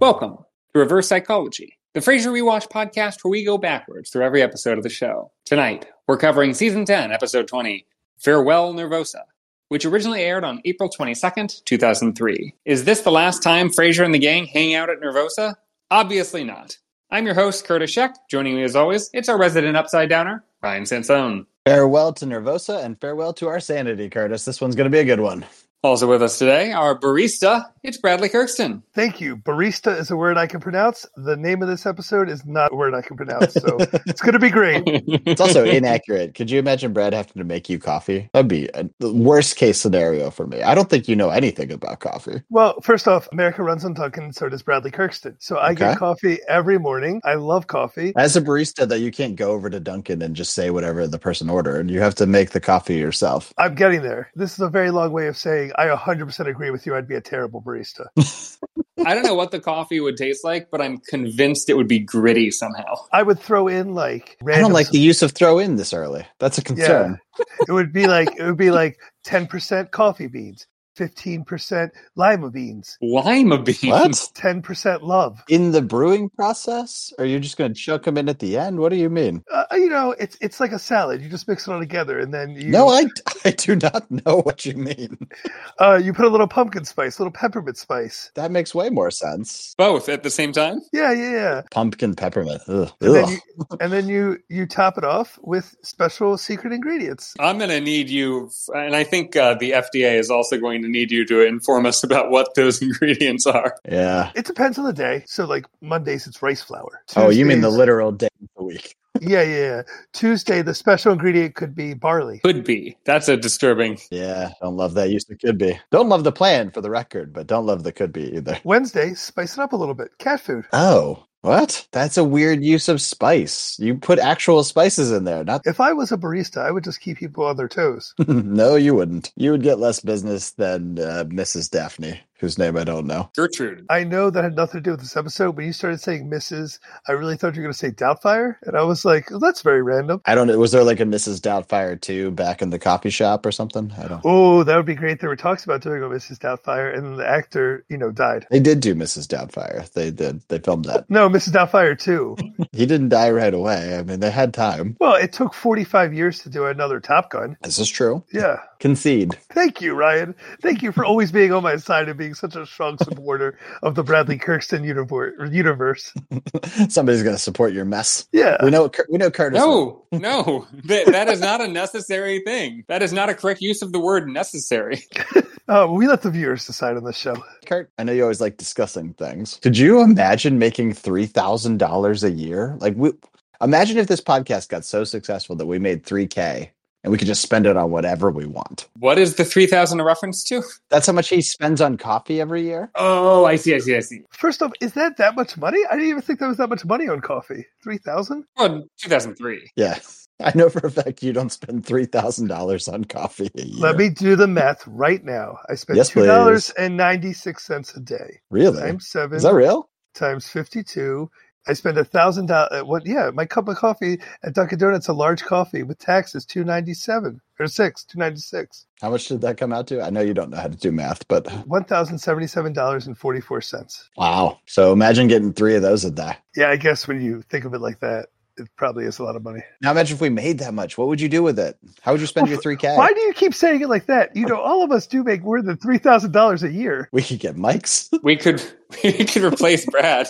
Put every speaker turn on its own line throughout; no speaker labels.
Welcome to Reverse Psychology, the Frasier Rewatch podcast where we go backwards through every episode of the show. Tonight, we're covering Season 10, Episode 20, Farewell Nervosa, which originally aired on April 22nd, 2003. Is this the last time Frasier and the gang hang out at Nervosa? Obviously not. I'm your host, Curtis Sheck. Joining me as always, it's our resident upside downer, Ryan Sansone.
Farewell to Nervosa and farewell to our sanity, Curtis. This one's going to be a good one.
Also with us today, our barista, it's Bradley Kirkston.
Thank you. Barista is a word I can pronounce. The name of this episode is not a word I can pronounce, so it's going to be great.
It's also inaccurate. Could you imagine Brad having to make you coffee? That'd be a, the worst case scenario for me. I don't think you know anything about coffee.
Well, first off, America runs on Dunkin', so does Bradley Kirkston. So I
Okay.
get coffee every morning. I love coffee.
As a barista, though, you can't go over to Dunkin' and just say whatever the person ordered. You have to make the coffee yourself.
I'm getting there. This is a very long way of saying I 100% agree with you. I'd be a terrible barista.
I don't know what the coffee would taste like, but I'm convinced it would be gritty somehow.
I would throw in like
I
random.
don't like the use of throw in this early. That's a concern.
it would be like it would be like 10% coffee beans, 15% lima beans,
Lima beans.
What?
10% love.
In the brewing process? Or you're just going to chuck them in at the end? What do you mean?
Uh, you know, it's it's like a salad. You just mix it all together, and then you
No, I, I do not know what you mean.
Uh, you put a little pumpkin spice, a little peppermint spice.
That makes way more sense.
Both at the same time?
Yeah, yeah, yeah.
Pumpkin peppermint. Ugh.
And then,
Ugh.
you, and then you you top it off with special secret ingredients.
I'm going to need you, and I think uh, the FDA is also going to need you to inform us about what those ingredients are.
Yeah.
It depends on the day. So like Mondays, it's rice flour.
Oh, you mean the
Tuesdays-
literal day of the week?
yeah, yeah, yeah. Tuesday, the special ingredient could be barley.
Could be. That's a disturbing.
Yeah, don't love that use of could be. Don't love the plan for the record, but don't love the could be either.
Wednesday, spice it up a little bit. Cat food.
Oh, what? That's a weird use of spice. You put actual spices in there, not.
If I was a barista, I would just keep people on their toes.
no, you wouldn't. You would get less business than uh, Mrs. Daphne, whose name I don't know.
Gertrude.
I know that had nothing to do with this episode. When you started saying Mrs., I really thought you were going to say Doubtfire, and I was like, oh, that's very random.
I don't know. Was there like a Mrs. Doubtfire too back in the coffee shop or something? I don't.
Oh, that would be great. There were talks about doing a Mrs. Doubtfire, and the actor, you know, died.
They did do Mrs. Doubtfire. They did. They filmed that.
No, Mrs. Doubtfire too.
he didn't die right away. I mean, they had time.
well, it took 45 years to do another Top Gun.
This is true.
Yeah.
Concede.
Thank you, Ryan. Thank you for always being on my side and being such a strong supporter of the Bradley Kirkston univor- universe.
Somebody's going to support your mess.
Yeah.
We know. Cur- We know Curtis. will.
No, no, that, that is not a necessary thing. That is not a correct use of the word necessary.
Uh, we let the viewers decide on the show.
Kurt, I know you always like discussing things. Could you imagine making three thousand dollars a year? Like, we, imagine if this podcast got so successful that we made three k and we could just spend it on whatever we want.
What is the 3000 a reference to?
That's how much he spends on coffee every year.
Oh, I see, I see, I see.
First off, is that that much money? I didn't even think that was that much money on coffee. 3000
Well, 2003.
Yeah, I know for a fact you don't spend three thousand dollars on coffee a year.
Let me do the math right now. I spent
Yes, please.
$2.96 a day.
really.
Times seven.
Is that real?
times 52 i spend a thousand dollars what yeah my cup of coffee at dunkin' donuts a large coffee with tax is 297 or 6 296
How much did that come out to? I know you don't know how to do math, but
$1077.44
wow. So imagine getting three of those a day.
yeah i guess when you think of it like that it probably is a lot of money
Now imagine if we made that much. What would you do with it? How would you spend your three k?
why do you keep saying it like that you know all of us do make more than $3000 a year
We could get mics.
We could, we could replace Brad.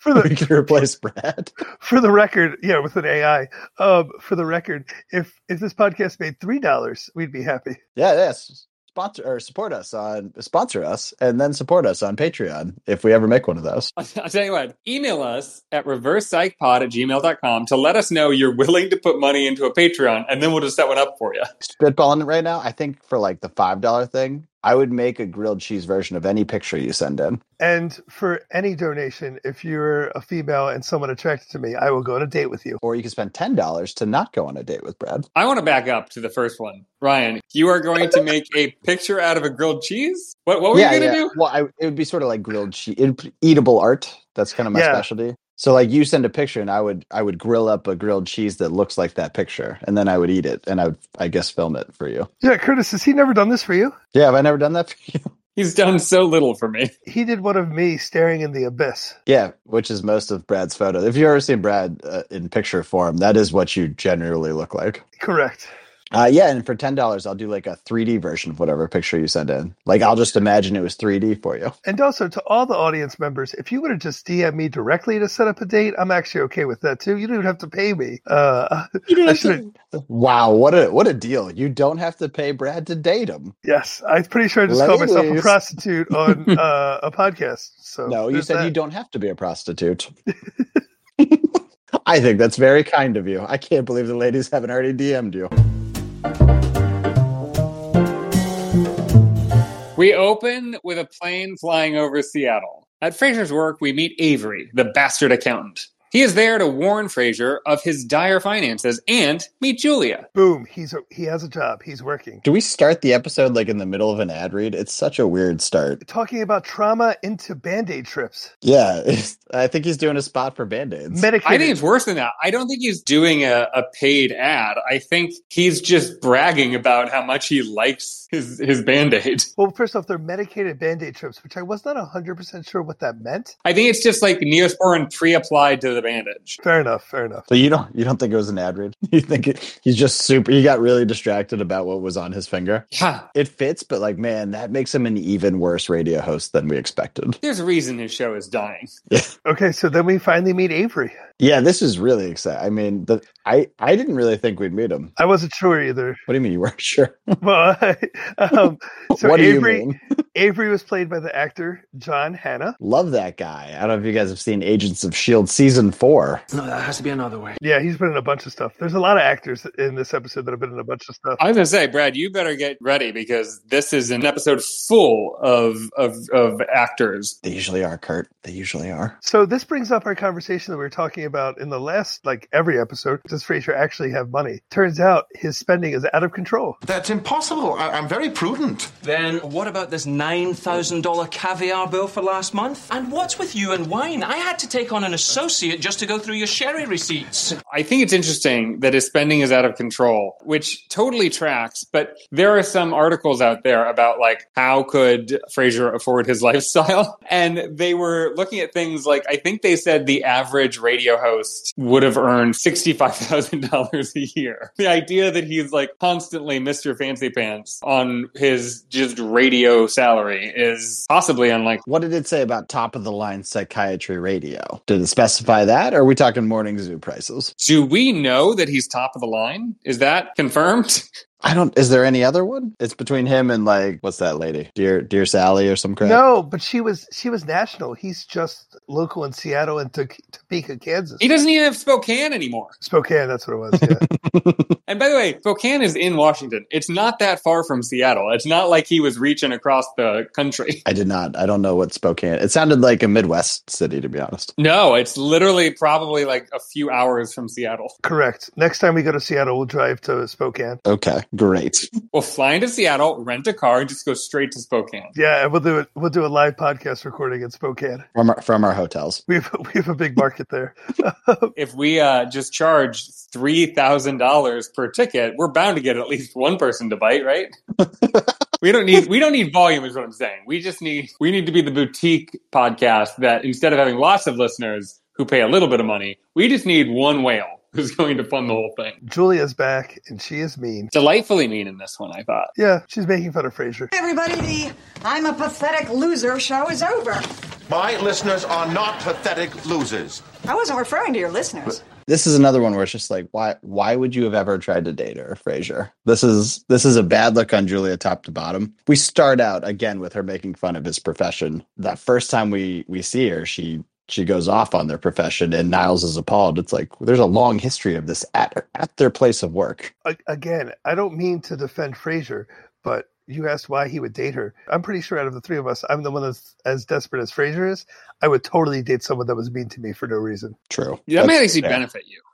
for the
we could replace Brad.
for the record yeah with an ai um for the record if if this podcast made $3 we'd be happy
Yeah, yes. Sponsor or support us on sponsor us and then support us on Patreon if we ever make one of those.
I'll I'll tell you what, email us at reversepsychpod at gmail.com to let us know you're willing to put money into a Patreon, and then we'll just set one up for you.
Spitballing it right now, I think for like the five dollar thing, I would make a grilled cheese version of any picture you send in.
And for any donation, if you're a female and someone attracted to me, I will go on a date with you.
Or you could spend ten dollars to not go on a date with Brad.
I want to back up to the first one. Ryan, you are going to make a picture out of a grilled cheese? What, what were you going to do?
Well, I, it would be sort of like grilled cheese, eatable art. That's kind of my
Yeah.
specialty. So, like, you send a picture, and I would I would grill up a grilled cheese that looks like that picture, and then I would eat it, and I would I guess film it for you.
Yeah, Curtis, has he never done this for you?
Yeah, have I never done that for you?
He's done so little for me.
He did one of me staring in the abyss.
Yeah, which is most of Brad's photo. If you've ever seen Brad uh, in picture form, that is what you generally look like.
Correct.
Uh, yeah, and for ten dollars, I'll do like a 3D version of whatever picture you send in. Like I'll just imagine it was 3D for you.
And also to all the audience members, if you would have just DM me directly to set up a date, I'm actually okay with that too. You don't even have to pay me. Uh, I should've-
Wow, what a what a deal! You don't have to pay Brad to date him.
yes, I'm pretty sure I just
Let
called
me
myself a
loose.
prostitute on uh, a podcast. So
No, you
there's
said
that.
you don't have to be a prostitute. I think that's very kind of you. I can't believe the ladies haven't already DM'd you.
We open with a plane flying over Seattle. At Fraser's work, we meet Avery, the bastard accountant. He is there to warn Fraser of his dire finances and meet Julia.
Boom. He's a, he has a job. He's working.
Do we start the episode like in the middle of an ad read? It's such a weird start.
Talking about trauma into band aid trips.
Yeah, it's- I think he's doing a spot for band aids.
I think
Medicated.
it's worse than that. I don't think he's doing a, a paid ad. I think he's just bragging about how much he likes his, his band aid.
Well, first off, they're medicated band aid trips, which I was not 100% sure what that meant.
I think it's just like Neosporin pre applied to the bandage.
Fair enough. Fair enough.
So you don't you don't think it was an ad read? You think it, he's just super? He got really distracted about what was on his finger.
Yeah,
It fits, but like, man, that makes him an even worse radio host than we expected.
there's a reason his show is dying.
Okay, so then we finally meet Avery.
Yeah, this is really exciting. I mean, the, I I didn't really think we'd meet him.
I wasn't sure either.
What do you mean you weren't sure?
Well, um, so
what do
Avery,
you mean?
Avery was played by the actor John Hanna.
Love that guy. I don't know if you guys have seen Agents of Shield E season four.
No, that has to be another way.
Yeah, he's been in a bunch of stuff. There's a lot of actors in this episode that have been in a bunch of stuff.
I was gonna say, Brad, you better get ready because this is an episode full of of, of actors.
They usually are, Kurt. They usually are.
So this brings up our conversation that we were talking about in the last, like every episode. Does Fraser actually have money? Turns out his spending is out of control.
That's impossible. I- I'm very prudent.
Then what about this $9,000 caviar bill for last month? And what's with you and wine? I had to take on an associate just to go through your sherry receipts.
I think it's interesting that his spending is out of control, which totally tracks. But there are some articles out there about like how could Fraser afford his lifestyle, and they were looking at things like I think they said the average radio host would have earned sixty five thousand dollars a year. The idea that he's like constantly Mister Fancy Pants on his just radio salary is possibly unlikely.
What did it say about top of the line psychiatry radio? Did it specify that? Or are we talking morning zoo prices?
Do we know that he's top of the line? Is that confirmed?
I don't. Is there any other one? It's between him and like what's that lady, dear dear Sally or some crap.
No, but she was she was national. He's just local in Seattle and Tuc- Topeka, Kansas.
He doesn't even have Spokane anymore.
Spokane, that's what it was. Yeah.
And by the way, Spokane is in Washington. It's not that far from Seattle. It's not like he was reaching across the country.
I did not. I don't know what Spokane. It sounded like a Midwest city, to be honest.
No, it's literally probably like a few hours from Seattle.
Correct. Next time we go to Seattle, we'll drive to Spokane.
Okay, great.
We'll fly into Seattle, rent a car, and just go straight to Spokane.
Yeah, and we'll do it. We'll do a live podcast recording in Spokane.
From our, from our hotels.
We have we have a big market there.
If we uh, just charge $3,000 per ticket, we're bound to get at least one person to bite, right? We don't need we don't need volume is what I'm saying. We just need we need to be the boutique podcast that instead of having lots of listeners who pay a little bit of money, we just need one whale who's going to fund the whole thing.
Julia's back, and she is mean.
Delightfully mean in this one, I thought.
Yeah, she's making fun of Frasier.
Everybody, the I'm a pathetic loser show is over.
My listeners are not pathetic losers.
I wasn't referring to your listeners.
This is another one where it's just like, why why would you have ever tried to date her, Frasier? This is this is a bad look on Julia top to bottom. We start out again with her making fun of his profession. That first time we we see her, she she goes off on their profession, and Niles is appalled. It's like there's a long history of this at at their place of work.
A- again, I don't mean to defend Frasier, but you asked why he would date her. I'm pretty sure out of the three of us, I'm the one that's as desperate as Frasier is. I would totally date someone that was mean to me for no reason.
True.
That might
That's
actually
fair.
benefit you.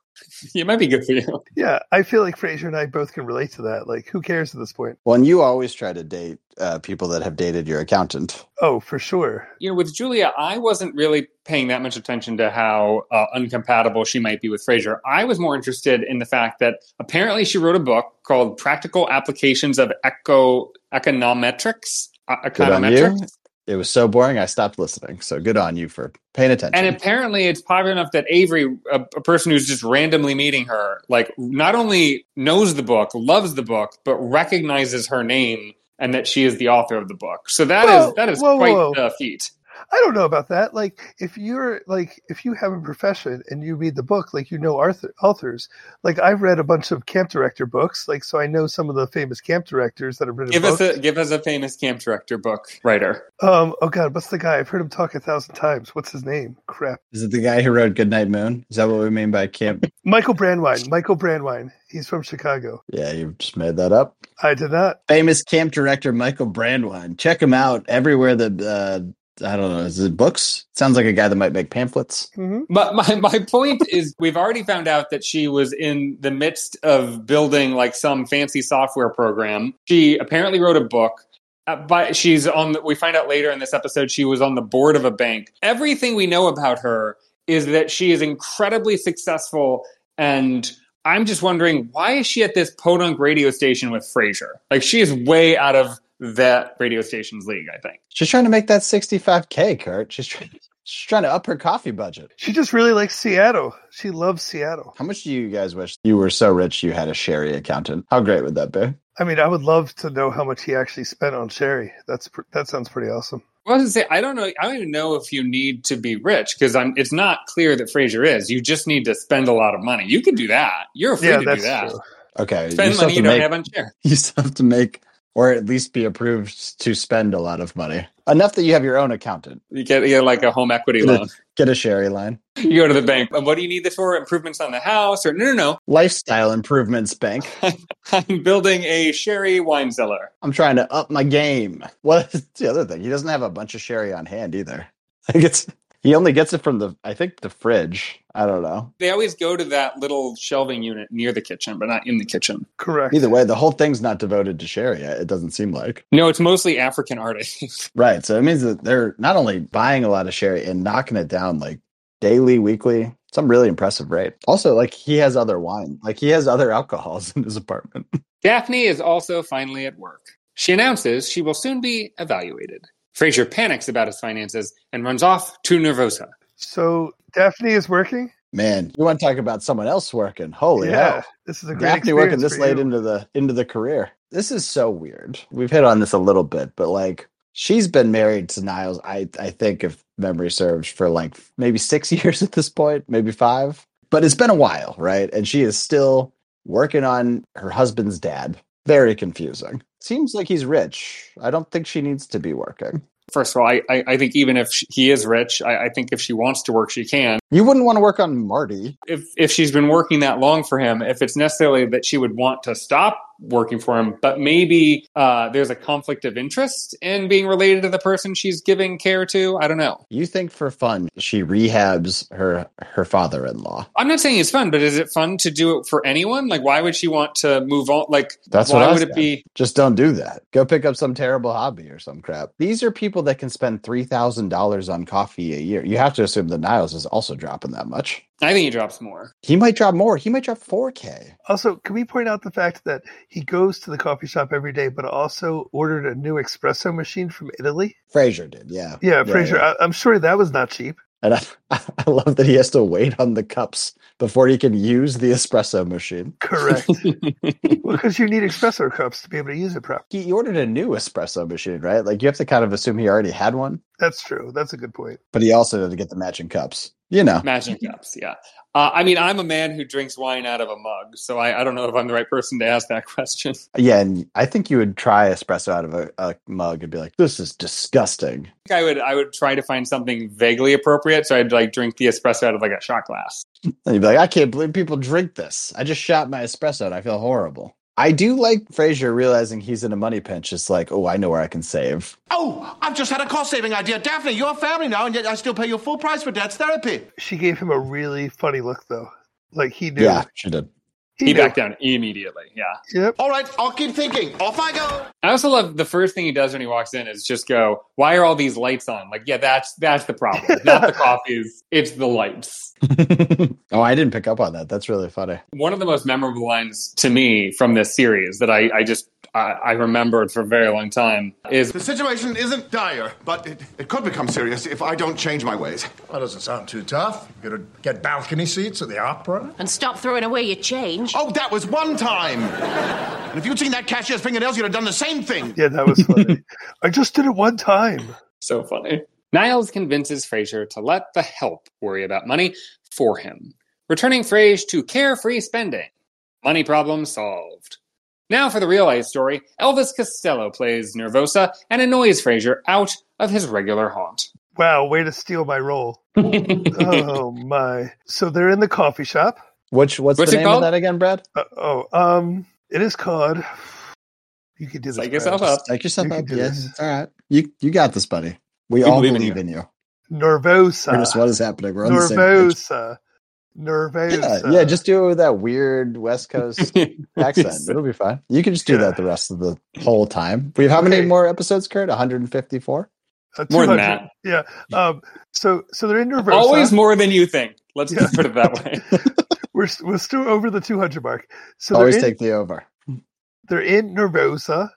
It might be good for you.
Yeah, I feel like Frasier and I both can relate to that. Like, who cares at this point?
Well, and you always try to date uh, people that have dated your accountant.
Oh, for sure.
You know, with Julia, I wasn't really paying that much attention to how uh, incompatible she might be with Frasier. I was more interested in the fact that apparently she wrote a book called Practical Applications of Eco Econometrics. uh,
Good on you.
econometrics.
It was so boring, I stopped listening. So good on you for paying attention.
And apparently, it's popular enough that Avery, a, a person who's just randomly meeting her, like not only knows the book, loves the book, but recognizes her name and that she is the author of the book. So that is
Whoa,
that is
whoa,
quite
whoa.
a feat.
I don't know about that. Like, if you're like, if you have a profession and you read the book, like you know Arthur, authors. Like, I've read a bunch of camp director books, like so I know some of the famous camp directors that have written
Give
books.
us a give us a famous camp director book writer.
um, oh God, what's the guy? I've heard him talk a thousand times. What's his name? Crap.
Is it the guy who wrote Goodnight Moon? Is that what we mean by camp?
Michael Brandwine. Michael Brandwine. He's from Chicago.
yeah, you just made that up.
I did not.
Famous camp director Michael Brandwine. Check him out everywhere that uh, I don't know. Is it books? Sounds like a guy that might make pamphlets.
hmm
But my, my point is, we've already found out that she was in the midst of building like some fancy software program. She apparently wrote a book. Uh, but she's on. The, we find out later in this episode she was on the board of a bank. Everything we know about her is that she is incredibly successful, and I'm just wondering why is she at this podunk radio station with Frasier? Like she is way out of that radio station's league. I think.
She's trying to make that 65k, Kurt. She's trying, she's trying to up her coffee budget.
She just really likes Seattle. She loves Seattle.
How much do you guys wish you were so rich you had a Sherry accountant? How great would that be?
I mean, I would love to know how much he actually spent on Sherry. That's pr- that sounds pretty awesome.
Well, I was gonna say I don't know. I don't even know if you need to be rich because I'm. It's not clear that Fraser is. You just need to spend a lot of money. You can do that. You're free
yeah,
to do
that's
that.
true.
Okay,
Spend
still
money you
to
don't
make-
have on chair.
you still have to make or at least be approved to spend a lot of money enough that you have your own accountant
You get, you get like a home equity
Get a-
loan.
get a sherry line
You go to the bank. And what do you need this for? Improvements on the house? Or no, no,
lifestyle improvements bank
no. I'm building a sherry wine cellar.
i'm trying to up my game what is the other thing he doesn't have a bunch of sherry on hand either like it's he only gets it from the i think the fridge i don't know
They always go to that little shelving unit near the kitchen, but not in the kitchen.
Correct.
either way the whole thing's not devoted to sherry it doesn't seem like
No, it's mostly African artists.
right so it means that they're not only buying a lot of sherry and knocking it down like daily weekly some really impressive rate also like he has other wine like he has other alcohols in his apartment
Daphne is also finally at work. She announces she will soon be evaluated. Fraser panics about his finances and runs off to Nervosa.
So Daphne is working.
Man, you want to talk about someone else working? Holy hell!
this is a great
Daphne working
experience
this
for
late
you.
into the into the career. This is so weird. We've hit on this a little bit, but like she's been married to Niles. I I think if memory serves for like maybe six years at this point, maybe five. But it's been a while, right? And she is still working on her husband's dad. Very confusing. Seems like he's rich. I don't think she needs to be working.
First of all, I, I, I think even if she, he is rich, I, I think if she wants to work, she can.
You wouldn't want to work on Marty.
If, if she's been working that long for him, if it's necessarily that she would want to stop working for him, but maybe uh, there's a conflict of interest in being related to the person she's giving care to, I don't know.
You think for fun she rehabs her her father-in-law.
I'm not saying it's fun, but is it fun to do it for anyone? Like, why would she want to move on? Like,
That's
why
what I
would it
said.
be?
Just don't do that. Go pick up some terrible hobby or some crap. These are people that can spend three thousand dollars on coffee a year. You have to assume that Niles is also dropping that much.
I think he drops more.
He might drop more. He might drop four k.
Also, can we point out the fact that he goes to the coffee shop every day, but also ordered a new espresso machine from Italy?
Frazier did, yeah,
Yeah, Fraser,
yeah.
I, I'm sure that was not cheap.
And I, I love that he has to wait on the cups before he can use the espresso machine.
Correct. because you need espresso cups to be able to use it properly.
He he ordered a new espresso machine, right? Like you have to kind of assume he already had one,
That's true. That's a good point.
but he also had to get the matching cups. You know,
Magic cups, yeah. Uh, I mean, I'm a man who drinks wine out of a mug, so I, I don't know if I'm the right person to ask that question.
yeah. And I think you would try espresso out of a, a mug and be like, "This is disgusting."
I think I would I would try to find something vaguely appropriate, so I'd like drink the espresso out of like a shot glass.
And you'd be like, I can't believe people drink this. I just shot my espresso and I feel horrible. I do like Frasier realizing he's in a money pinch. It's like, oh, I know where I can save.
Oh, I've just had a cost saving idea. Daphne, you're family now, and yet I still pay you full price for dad's therapy.
She gave him a really funny look, though. Like he knew.
Yeah, she did.
He
knew.
backed down immediately. Yeah,
Yep.
All right, I'll keep thinking. Off I go.
I also love the first thing he does when he walks in is just go, "Why are all these lights on?" Like, yeah, that's that's the problem. Not the coffees, it's the lights.
oh, I didn't pick up on that. That's really funny.
One of the most memorable lines to me from this series that I, I just I, I remembered for a very long time is
The situation isn't dire, but it, it could become serious if I don't change my ways.
That doesn't sound too tough. You could get balcony seats at the opera.
And stop throwing away your change.
Oh, that was one time. and if you'd seen that cashier's fingernails, you'd have done the same thing.
Yeah, that was funny. I just did it one time.
so funny. Niles convinces Fraser to let the help worry about money for him, returning Frasier to carefree spending. Money problem solved. Now for the real life story. Elvis Costello plays Nervosa and annoys Fraser out of his regular haunt.
Wow, way to steal my role. oh my! So they're in the coffee shop.
Which what's,
What's
the
it
name
called?
of that again, Brad?
Uh, oh, um, it is called. You could do this.
Psych
Brad.
yourself up.
Like yourself
You can
up.
do
Yeah,
this.
it's all right. You you got this, buddy. We,
We
all
believe
believe,
in
in you.
Uh, Nervosa.
We're just what is happening. We're on the same page.
Nervosa. Nervosa.
Yeah,
uh,
yeah, just do it with that weird West Coast accent.
Yes.
It'll be fine. You can just do
Yeah.
that the rest of the whole time. We have how many
Okay.
more episodes, Kurt? 154?
Uh,
More than
200. Yeah. Um, so so they're in Nervosa.
Always more than you think. Let's
Yeah.
put it that way.
We're s- we're still over the two hundred mark. So they're
Always
in,
take the over.
they're in Nervosa.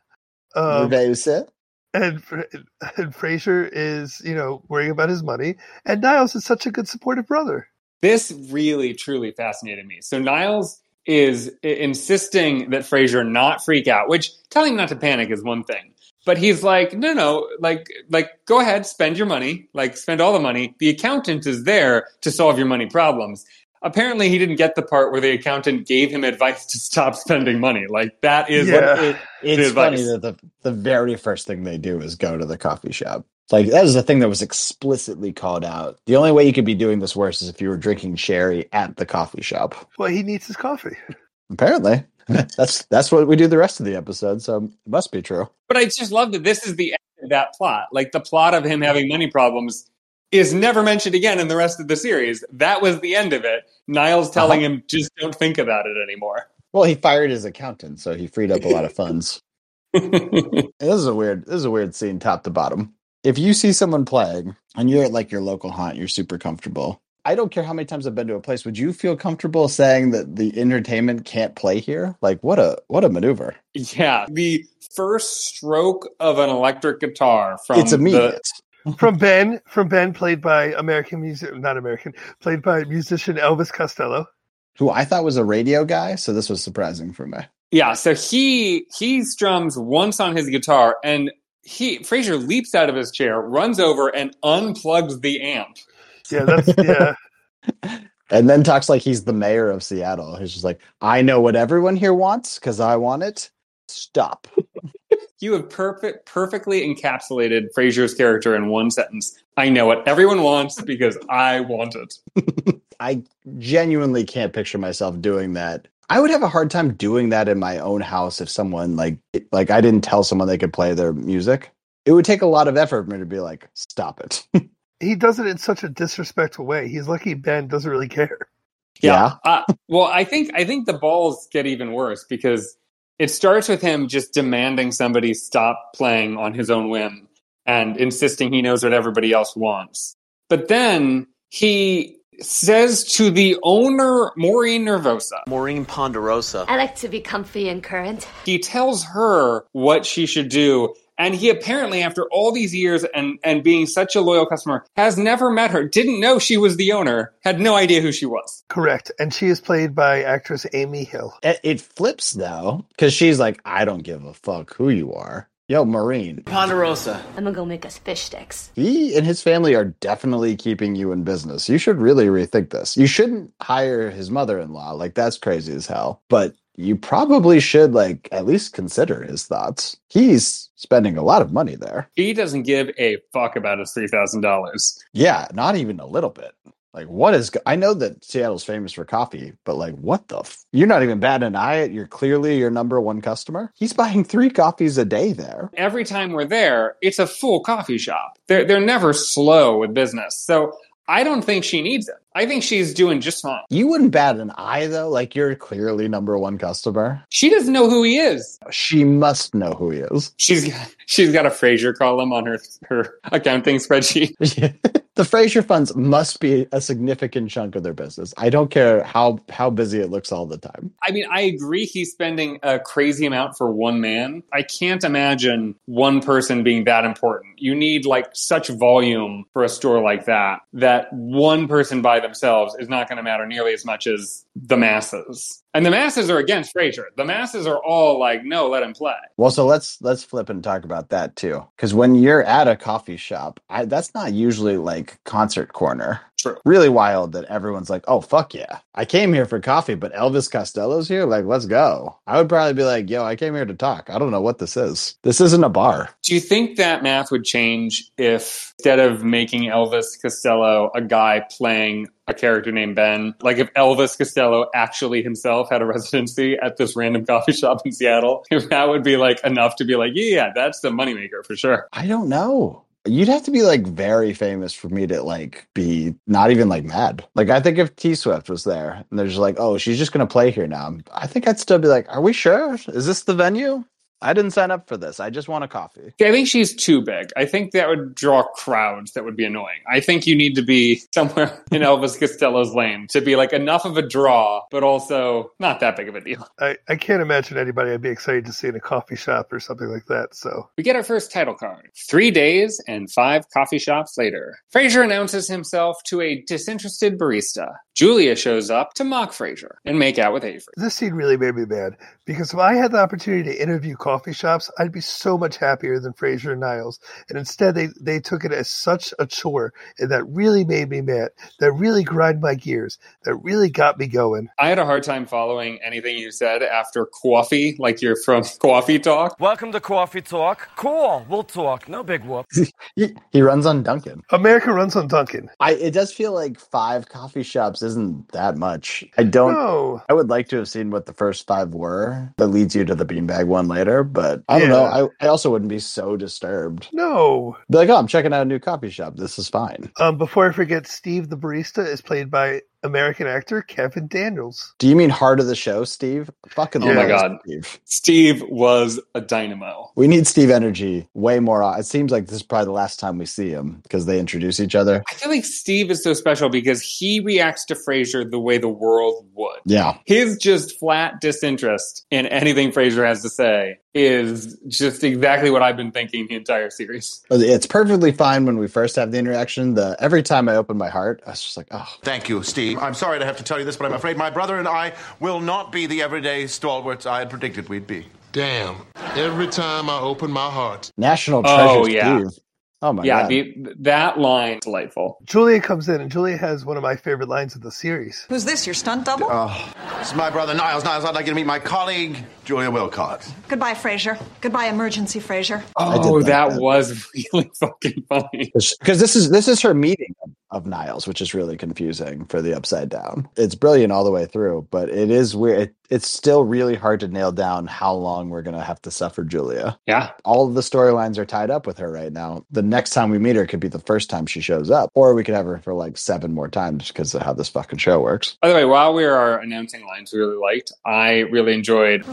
Um,
Nervosa.
and Fra- and Fraser is you know worrying about his money, and Niles is such a good supportive brother.
this really truly fascinated me. So Niles is i- insisting that Fraser not freak out, which telling him not to panic is one thing. But he's like, no, no, like, like, go ahead, spend your money, like, spend all the money. The accountant is there to solve your money problems. Apparently, he didn't get the part where the accountant gave him advice to stop spending money. Like, that is what
Yeah.
it-
It's funny
advice.
that the, the very first thing they do is go to the coffee shop. Like that is the thing that was explicitly called out. The only way you could be doing this worse is if you were drinking sherry at the coffee shop.
Well, he needs his coffee.
Apparently, that's that's what we do the rest of the episode. So it must be true.
But I just love that this is the end of that plot. Like the plot of him having money problems is never mentioned again in the rest of the series. That was the end of it.
Uh-huh.
Niles telling him just don't think about it anymore.
Well, he fired his accountant, so he freed up a lot of funds. And this is a weird this is a weird scene top to bottom. If you see someone playing and you're at like your local haunt, you're super comfortable. I don't care how many times I've been to a place. Would you feel comfortable saying that the entertainment can't play here? Like what a what a maneuver.
yeah, the first stroke of an electric guitar from
it's immediate.
From Ben, from Ben, played by American music, not American, played by musician Elvis Costello.
Who I thought was a radio guy, so this was surprising for me.
The, yeah, so he he strums once on his guitar and he Fraser leaps out of his chair, runs over and unplugs the amp.
Yeah, that's yeah.
And then talks like he's the mayor of Seattle. He's just like, I know what everyone here wants because I want it. Stop.
You have perfect, perfectly encapsulated Frasier's character in one sentence. I know what everyone wants because I want it.
I genuinely can't picture myself doing that. I would have a hard time doing that in my own house if someone like like I didn't tell someone they could play their music. It would take a lot of effort for me to be like, stop it. yeah.
He does it in such a disrespectful way. He's lucky Ben doesn't really care.
Uh, well, I think I think the balls get even worse because it starts with him just demanding somebody stop playing on his own whim and insisting he knows what everybody else wants. But then he says to the owner, Maureen Nervosa,
Maureen Ponderosa.
I like to be comfy and current.
he tells her what she should do and he apparently after all these years and and being such a loyal customer has never met her didn't know she was the owner had no idea who she was
Correct. And she is played by actress Amy Hill.
It, it flips though, because she's like, I don't give a fuck who you are. Yo, Marine,
Ponderosa.
I'm gonna go make us fish sticks.
he and his family are definitely keeping you in business. You should really rethink this. You shouldn't hire his mother-in-law. Like that's crazy as hell. But you probably should like at least consider his thoughts. He's spending a lot of money there.
he doesn't give a fuck about his $3000
Yeah, not even a little bit. Like what is go- I know that Seattle's famous for coffee, but like what the f- You're not even batting an eye at you're clearly your number one customer. He's buying 3 coffees a day there.
every time we're there it's a full coffee shop they're, they're never slow with business so I don't think she needs him. I think she's doing just fine.
You wouldn't bat an eye though. Like you're clearly number one customer.
She doesn't know who he is.
She must know who he is.
She's she's got a Fraser column on her her accounting spreadsheet.
the Fraser funds must be a significant chunk of their business. I don't care how how busy it looks all the time.
I mean, I agree he's spending a crazy amount for one man. I can't imagine one person being that important. You need like such volume for a store like that that one person by themselves is not going to matter nearly as much as the masses. And the masses are against Frazier. The masses are all like, no, let him play.
Well, so let's let's flip and talk about that too. Because when you're at a coffee shop, I, that's not usually like concert corner.
True.
Really wild that everyone's like, "Oh fuck yeah, I came here for coffee, but Elvis Costello's here. Like, let's go." I would probably be like, "Yo, I came here to talk. I don't know what this is. This isn't a bar."
Do you think that math would change if instead of making Elvis Costello a guy playing a character named Ben, like if Elvis Costello actually himself had a residency at this random coffee shop in Seattle, if that would be like enough to be like, yeah, that's the moneymaker for sure.
I don't know. You'd have to be like very famous for me to like be not even like mad. Like I think if T Swift was there and they're just like, oh, she's just gonna play here now. I think I'd still be like, are we sure? Is this the venue? I didn't sign up for this. I just want a coffee.
I think she's too big. I think that would draw crowds that would be annoying. I think you need to be somewhere in Elvis Costello's lane to be like enough of a draw, but also not that big of a deal.
I, I can't imagine anybody I'd be excited to see in a coffee shop or something like that. So
We get our first title card. Three days and five coffee shops later, Fraser announces himself to a disinterested barista. Julia shows up to mock Fraser and make out with Avery.
this scene really made me mad because if I had the opportunity to interview coffee shops, I'd be so much happier than Fraser and Niles. And instead, they, they took it as such a chore, and that really made me mad. That really grind my gears. That really got me going.
I had a hard time following anything you said after coffee, like you're from coffee talk.
Welcome to Coffee Talk. Cool, we'll talk. No big whoop.
He, he runs on Duncan.
America runs on Duncan.
I it does feel like five coffee shops isn't that much. I don't
No,
I would like to have seen what the first five were that leads you to the beanbag one later, but I don't know. I, I also wouldn't be so disturbed.
no.
Be like, oh, I'm checking out a new coffee shop. This is fine.
Um, before I forget, Steve the barista is played by American actor Kevin Daniels.
Do you mean heart of the show, Steve? Fucking
Oh my
love
God.
Steve.
Steve was a dynamo.
We need Steve energy way more. o- It seems like this is probably the last time we see him because they introduce each other.
I feel like Steve is so special because he reacts to Fraser the way the world would.
Yeah.
His just flat disinterest in anything Fraser has to say is just exactly what I've been thinking the entire series.
It's perfectly fine when we first have the interaction. The every time I open my heart, I was just like, oh,
Thank you, Steve. I'm sorry to have to tell you this, but I'm afraid my brother and I will not be the everyday stalwarts I had predicted we'd be.
Damn. Every time I open my heart.
national treasure.
Oh, yeah.
Steve. Oh my
yeah,
god.
the, that line delightful.
Julia comes in, and Julia has one of my favorite lines of the series.
Who's this, your stunt double?
This is my brother Niles. Niles, I'd like you to meet my colleague, Julia Wilcox.
Goodbye, Fraser. Goodbye, emergency Fraser.
I did
Oh,
like
that,
that.
was really fucking funny.
because this is this is her meeting of, of Niles, which is really confusing for the upside down. It's brilliant all the way through, but it is weird. It, it's still really hard to nail down how long we're gonna have to suffer Julia.
Yeah.
All of the storylines are tied up with her right now. The next time we meet her could be the first time she shows up, or we could have her for like seven more times because of how this fucking show works.
By the way, while we are announcing lines we really liked, I really enjoyed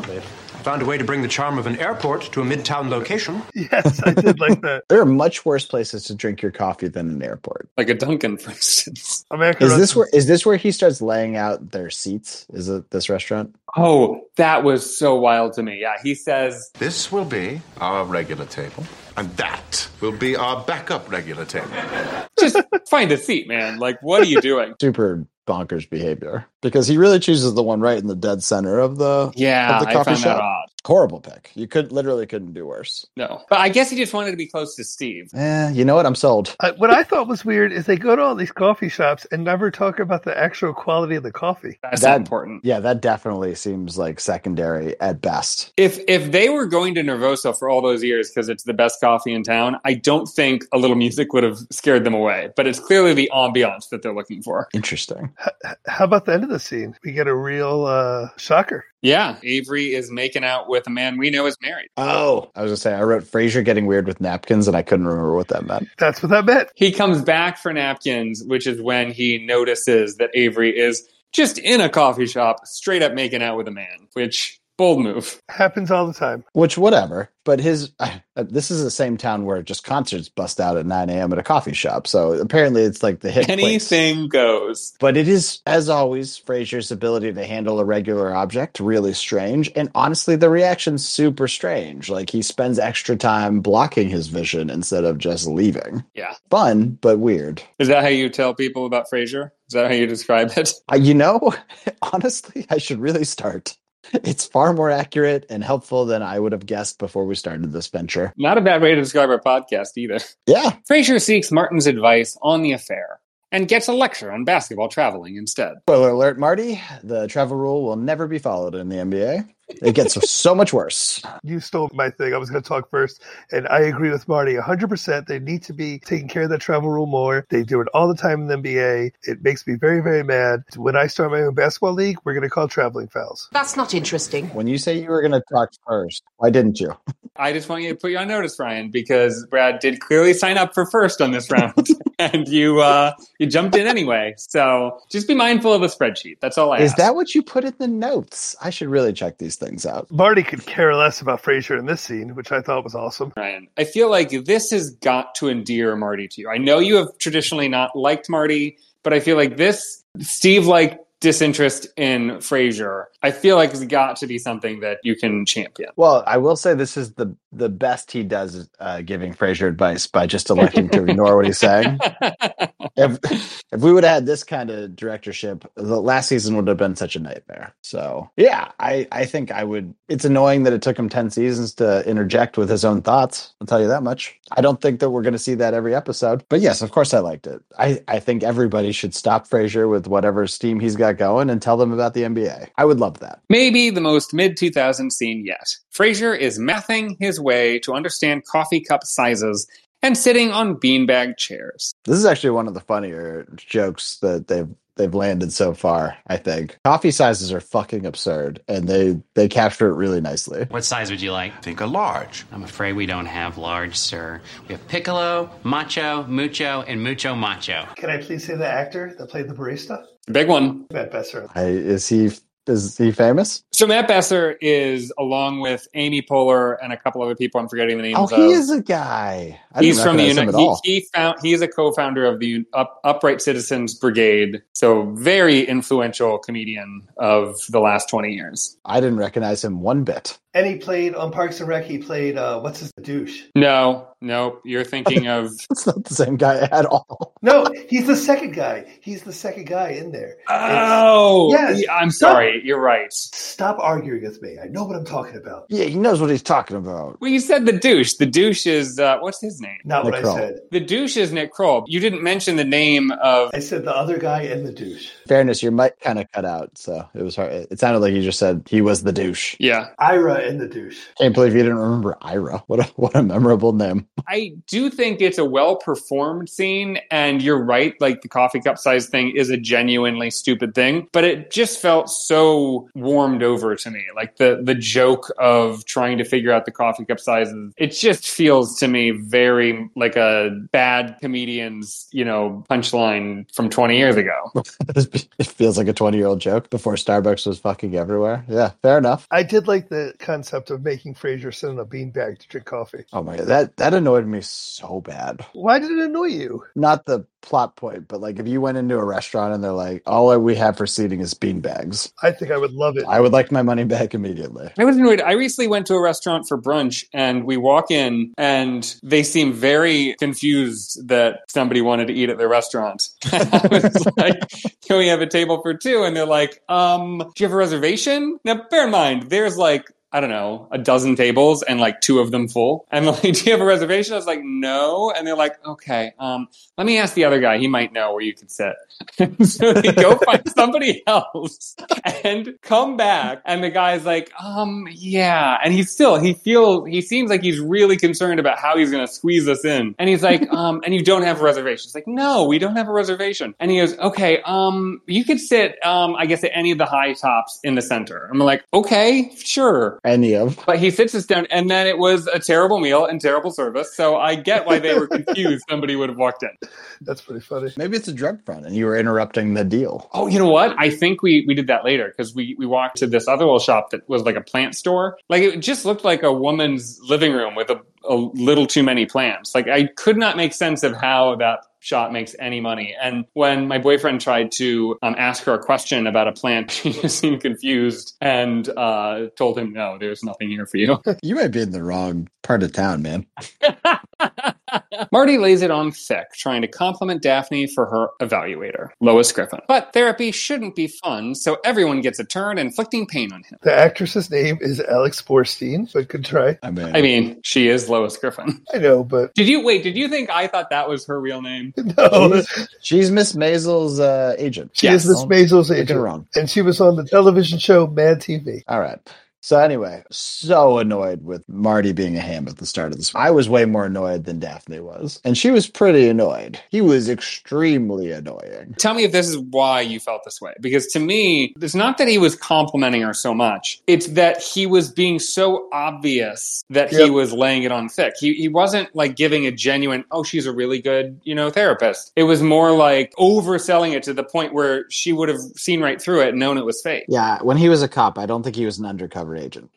Found a way to bring the charm of an airport to a midtown location.
Yes, I did like that.
There are much worse places to drink your coffee than an airport.
like a Duncan, for instance.
America
Is
runs
this where is this where he starts laying out their seats? Is it this restaurant?
Oh, that was so wild to me. Yeah, he says,
This will be our regular table, and that will be our backup regular table.
just find a seat, man. Like, what are you doing?
super bonkers behavior because he really chooses the one right in the dead center of the
Yeah,
At the
I
coffee
found that
shop.
odd.
horrible pick. You could literally couldn't do worse.
No. But I guess he just wanted to be close to Steve.
Eh, you know what? I'm sold.
I, what I thought was weird is they go to all these coffee shops and never talk about the actual quality of the coffee.
That's
That-
important.
Yeah, that definitely seems like secondary at best.
If if they were going to Nervosa for all those years because it's the best coffee in town, I don't think a little music would have scared them away. But it's clearly the ambiance that they're looking for.
Interesting.
How about the end of the scene? We get a real uh, shocker.
Yeah, Avery is making out with a man we know is married.
Oh, I was gonna say I wrote Frasier getting weird with napkins, and I couldn't remember what that meant.
That's what that meant.
He comes back for napkins, which is when he notices that Avery is just in a coffee shop, straight up making out with a man, which bold move.
Happens all the time.
Which, whatever. But his uh, this is the same town where just concerts bust out at 9 a.m. at a coffee shop. So apparently, it's like the hit. place.
Anything goes.
But it is, as always, Frasier's ability to handle a regular object really strange. And honestly, the reaction's super strange. Like he spends extra time blocking his vision instead of just leaving.
Yeah.
Fun, but weird.
Is that how you tell people about Frasier? Is that how you describe it?
Uh, you know, honestly, I should really start. It's far more accurate and helpful than I would have guessed before we started this venture.
Not a bad way to describe our podcast either.
Yeah.
Frasier seeks Martin's advice on the affair and gets a lecture on basketball traveling instead.
Spoiler alert, Marty. The travel rule will never be followed in the NBA. It gets so much worse.
You stole my thing. I was going to talk first, and I agree with Marty 100%. They need to be taking care of that travel rule more. They do it all the time in the NBA. It makes me very, very mad. When I start my own basketball league, we're going to call traveling fouls.
That's not interesting.
When you say you were going to talk first, why didn't you?
I just want you to put you on notice, Ryan, because Brad did clearly sign up for first on this round, and you uh, you jumped in anyway. So just be mindful of a spreadsheet. That's all I
Is
ask.
that what you put in the notes? I should really check these things out.
Marty could care less about Frasier in this scene, which I thought was awesome.
Ryan. I feel like this has got to endear Marty to you. I know you have traditionally not liked Marty, but I feel like this Steve like disinterest in Frasier, I feel like has got to be something that you can champion.
Well, I will say this is the the best he does uh, giving Fraser advice by just electing to ignore what he's saying. If if we would have had this kind of directorship, the last season would have been such a nightmare. So yeah, I I think I would. It's annoying that it took him ten seasons to interject with his own thoughts. I'll tell you that much. I don't think that we're going to see that every episode. But yes, of course, I liked it. I I think everybody should stop Fraser with whatever steam he's got going and tell them about the NBA. I would love that.
Maybe the most mid 2000s scene yet. Frasier is mathing his way to understand coffee cup sizes and sitting on beanbag chairs.
This is actually one of the funnier jokes that they've they've landed so far. I think coffee sizes are fucking absurd, and they they capture it really nicely.
What size would you like?
Think a large.
I'm afraid we don't have large, sir. We have piccolo, macho, mucho, and mucho macho.
Can I please say the actor that played the barista?
Big one.
Matt Besser.
I, is he is he famous?
So Matt Besser is along with Amy Poehler and a couple other people. I'm forgetting the names.
Oh,
of.
he is a guy. I didn't
He's from the
recognize him
United.
at all.
He, he found he is a co-founder of the Up, Upright Citizens Brigade, so very influential comedian of the last twenty years.
I didn't recognize him one bit.
And he played on Parks and Rec. He played uh, what's his douche?
No, no, you're thinking of
It's not the same guy at all.
No, he's the second guy. He's the second guy in there.
oh,
Yes.
yeah, I'm sorry, you're right.
Stop arguing with me. I know what I'm talking about.
Yeah, he knows what he's talking about.
Well, you said the douche. The douche is uh, what's his name?
Not what
Nicole.
I said.
The douche is Nick Kroll. You didn't mention the name of.
I said the other guy and the douche.
Fairness, your mic kind of cut out, so it was hard. It sounded like you just said he was the douche.
Yeah,
Ira and the douche.
Can't believe you didn't remember Ira. What a what a memorable name.
I do think it's a well performed scene, and you're right. Like the coffee cup size thing is a genuinely stupid thing, but it just felt so warmed over to me. Like the the joke of trying to figure out the coffee cup sizes, it just feels to me very like a bad comedian's you know punchline from 20 years ago.
it feels like a 20 year old joke before Starbucks was fucking everywhere. Yeah, fair enough.
I did like the concept of making Frasier sit on a beanbag to drink coffee.
Oh my god, that that annoyed me so bad.
Why did it annoy you?
Not the plot point, but like if you went into a restaurant and they're like, "All we have for seating is beanbags,"
I think I would love it.
I would like my money back immediately.
I was annoyed. I recently went to a restaurant for brunch and we walk in and they seem very confused that somebody wanted to eat at their restaurant. I was like, can we have a table for two? And they're like, um, do you have a reservation? Now, bear in mind, there's like I don't know, a dozen tables and like two of them full. And they're like, do you have a reservation? I was like, no. And they're like, okay, um, let me ask the other guy. He might know where you can sit. so they go find somebody else and come back. And the guy's like, um, yeah. And he's still, he feels, he seems like he's really concerned about how he's going to squeeze us in. And he's like, um, and you don't have a reservation. It's like, no, we don't have a reservation. And he goes, okay, um, you could sit, um, I guess at any of the high tops in the center. I'm like, okay, sure.
Any of
But he sits us down, and then it was a terrible meal and terrible service. So I get why they were confused. Somebody would have walked in.
That's pretty funny.
Maybe it's a drug front, and you were interrupting the deal.
Oh, you know what? I think we we did that later because we we walked to this other little shop that was like a plant store. Like it just looked like a woman's living room with a, a little too many plants. Like I could not make sense of how that shop makes any money. And when my boyfriend tried to um, ask her a question about a plant, she just seemed confused and uh, told him, "No, there's nothing here for you."
You might be in the wrong part of town, man.
Marty lays it on thick, trying to compliment Daphne for her evaluator, Lois Griffin. But therapy shouldn't be fun, so everyone gets a turn inflicting pain on him.
The actress's name is Alex Borstein, but good try.
I mean,
I mean, she is Lois Griffin.
I know, but
Did you wait? Did you think I thought that was her real name?
no.
she's Miss Maisel's uh, agent.
She is Miss Maisel's
Don't get it
agent.
wrong.
And she was on the television show Mad TV.
All right. So anyway, so annoyed with Marty being a ham at the start of this. I was way more annoyed than Daphne was, and she was pretty annoyed. He was extremely annoying.
Tell me if this is why you felt this way. Because to me, it's not that he was complimenting her so much. It's that he was being so obvious that he
Yep.
was laying it on thick. He, he wasn't like giving a genuine, oh, she's a really good, you know, therapist. It was more like overselling it to the point where she would have seen right through it and known it was fake.
Yeah, when he was a cop, I don't think he was an undercover agent.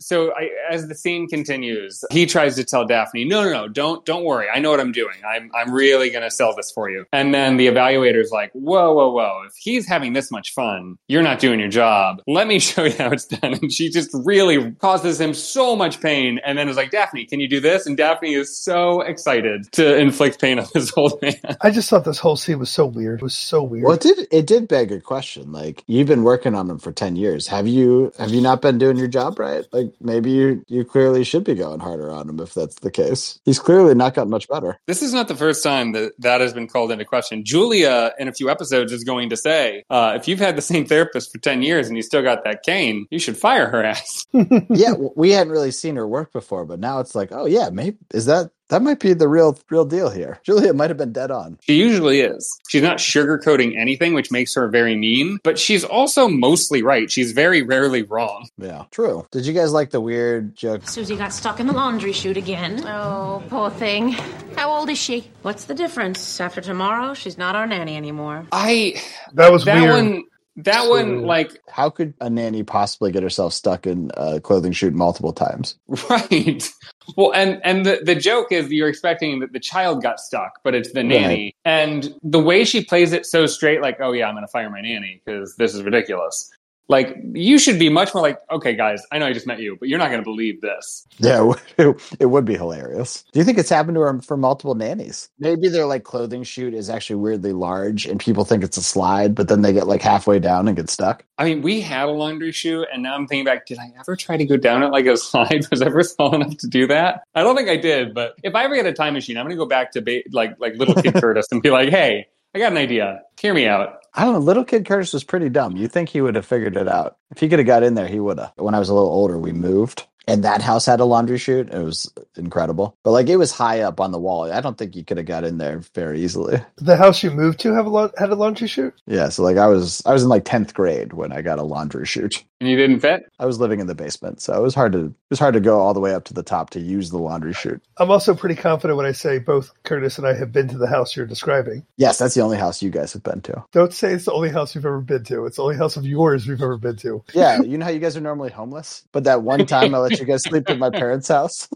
So I, as the scene continues, he tries to tell Daphne, "No, no, no, don't, don't worry. I know what I'm doing. I'm, I'm really going to sell this for you." And then the evaluator's like, "Whoa, whoa, whoa! If he's having this much fun, you're not doing your job. Let me show you how it's done." And she just really causes him so much pain, and then is like, "Daphne, can you do this?" And Daphne is so excited to inflict pain on this old man.
I just thought this whole scene was so weird. It was so weird.
Well, it did it did beg a question. Like you've been working on him for ten years. Have you have you not been doing your job right? Like maybe you you clearly should be going harder on him if that's the case. He's clearly not gotten much better.
This is not the first time that that has been called into question. Julia, in a few episodes, is going to say, uh, if you've had the same therapist for 10 years and you still got that cane, you should fire her ass.
yeah, w- we hadn't really seen her work before, but now it's like, oh yeah, maybe is that that might be the real real deal here. Julia might have been dead on.
she usually is. She's not sugarcoating anything, which makes her very mean, but she's also mostly right. She's very rarely wrong.
Yeah, true. Did you guys like the weird joke?
Susie got stuck in the laundry chute again. Oh, poor thing. How old is she? What's the difference? After tomorrow, she's not our nanny anymore.
I,
that was
that
weird.
one, that
So
one,
weird.
like,
How could a nanny possibly get herself stuck in a clothing shoot multiple times?
Right. Well, and and the, the joke is you're expecting that the child got stuck, but it's the nanny. And the way she plays it so straight, like, oh yeah, I'm going to fire my nanny because this is ridiculous. Like, you should be much more like, okay, guys, I know I just met you, but you're not going to believe this.
Yeah, it, it would be hilarious. Do you think it's happened to her for multiple nannies? Maybe their like clothing shoot is actually weirdly large, and people think it's a slide, but then they get like halfway down and get stuck.
I mean, we had a laundry chute, and now I'm thinking back, did I ever try to go down it like a slide? Was I ever small enough to do that? I don't think I did, but if I ever get a time machine, I'm going to go back to ba- like like little kid Curtis and be like, hey, I got an idea. Hear me out.
I don't know. Little kid Curtis was pretty dumb. You think he would have figured it out? If he could have got in there, he would have. When I was a little older, we moved, and that house had a laundry chute. It was incredible, but like it was high up on the wall. I don't think you could have got in there very easily.
the house you moved to have a laun- had a laundry chute.
Yeah, so like I was, I was in like tenth grade when I got a laundry chute.
And you didn't fit?
I was living in the basement, so it was hard to it was hard to go all the way up to the top to use the laundry chute.
I'm also pretty confident when I say both Curtis and I have been to the house you're describing.
Yes, that's the only house you guys have been to.
Don't say it's the only house we've ever been to. It's the only house of yours we've ever been to.
Yeah, you know how you guys are normally homeless, but that one time I let you guys sleep at my parents' house.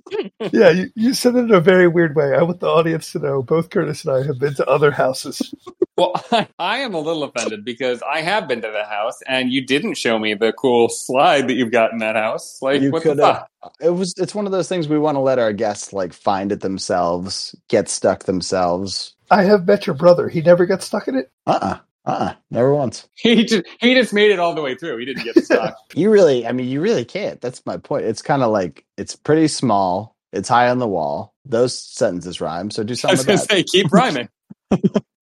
Yeah, you, you said it in a very weird way. I want the audience to know both Curtis and I have been to other houses.
Well, I, I am a little offended because I have been to the house and you didn't show me the cool slide that you've got in that house. Like,
you
what the
could
fuck?
have. It was. It's one of those things we want to let our guests like find it themselves, get stuck themselves.
I have met your brother. He never got stuck in it.
Uh. uh Uh-uh, never once.
He just he just made it all the way through. He didn't get the stock.
You really, I mean, you really can't. That's my point. It's kind of like it's pretty small. It's high on the wall. Those sentences rhyme, so
I
do
was
something
gonna
with that.
say keep rhyming.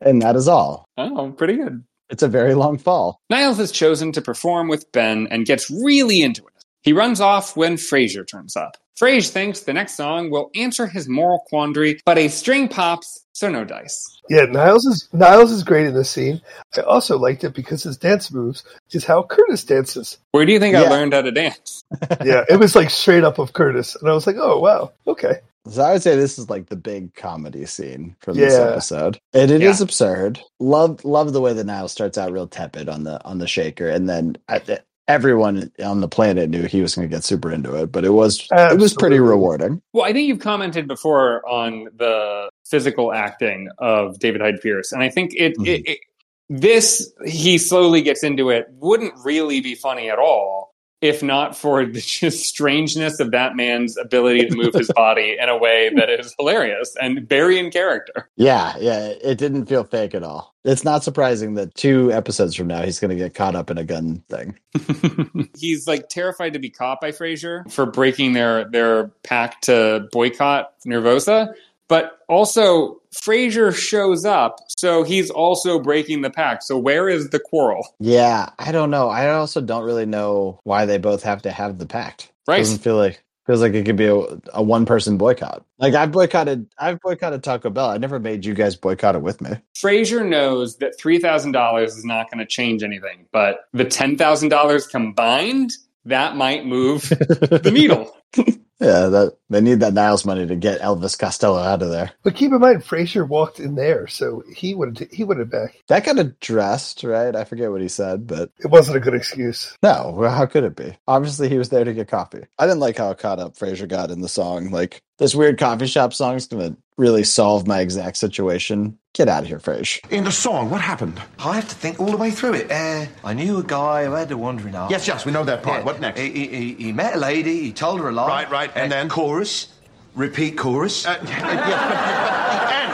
And that is all.
Oh, pretty good.
It's a very long fall.
Niles is chosen to perform with Ben and gets really into it. He runs off when Frasier turns up. Frasier thinks the next song will answer his moral quandary, but a string pops, so no dice.
Yeah, Niles is Niles is great in this scene. I also liked it because his dance moves is how Curtis dances.
Where do you think I
Yeah.
learned how to dance?
Yeah, it was like straight up of Curtis, and I was like, oh wow, okay.
So I would say this is like the big comedy scene from this
Yeah.
episode, and it is
Yeah.
absurd. Love, love the way that Niles starts out real tepid on the on the shaker, and then I, eh, everyone on the planet knew he was going to get super into it. But it was it was pretty
Absolutely.
rewarding.
Well, I think you've commented before on the physical acting of David Hyde Pierce, and I think it, it, it this he slowly gets into it wouldn't really be funny at all if not for the just strangeness of that man's ability to move his body in a way that is hilarious and very in character.
Yeah, yeah, it didn't feel fake at all. It's not surprising that two episodes from now he's going to get caught up in a gun thing.
He's like terrified to be caught by Frasier for breaking their their pact to boycott Nervosa, but also Frasier shows up, so he's also breaking the pact. So where is the quarrel?
Yeah, I don't know. I also don't really know why they both have to have the pact.
Right.
Doesn't feel like feels like it could be a, a one person boycott. Like I've boycotted I've boycotted Taco Bell. I never made you guys boycott it with me.
Frasier knows that three thousand dollars is not going to change anything, but the ten thousand dollars combined that might move the needle.
Yeah, that they need that Niles money to get Elvis Costello out of there.
But keep in mind, Frazier walked in there, so he wouldn't he wouldn't back.
That got addressed, right? I forget what he said, but
It wasn't a good excuse.
No, well, how could it be? Obviously, he was there to get coffee. I didn't like how caught up Frasier got in the song. Like this weird coffee shop song is going to really solve my exact situation. Get out of here, Frasier.
In the song, what happened?
I have to think all the way through it. Uh, I knew a guy who had a wandering eye.
Yes, yes, we know that part.
Yeah.
What next?
He, he- he, he met a lady, he told her a lie.
Right, right, and
Uh,
then?
Chorus. Repeat chorus.
Uh, yeah, but- but the end.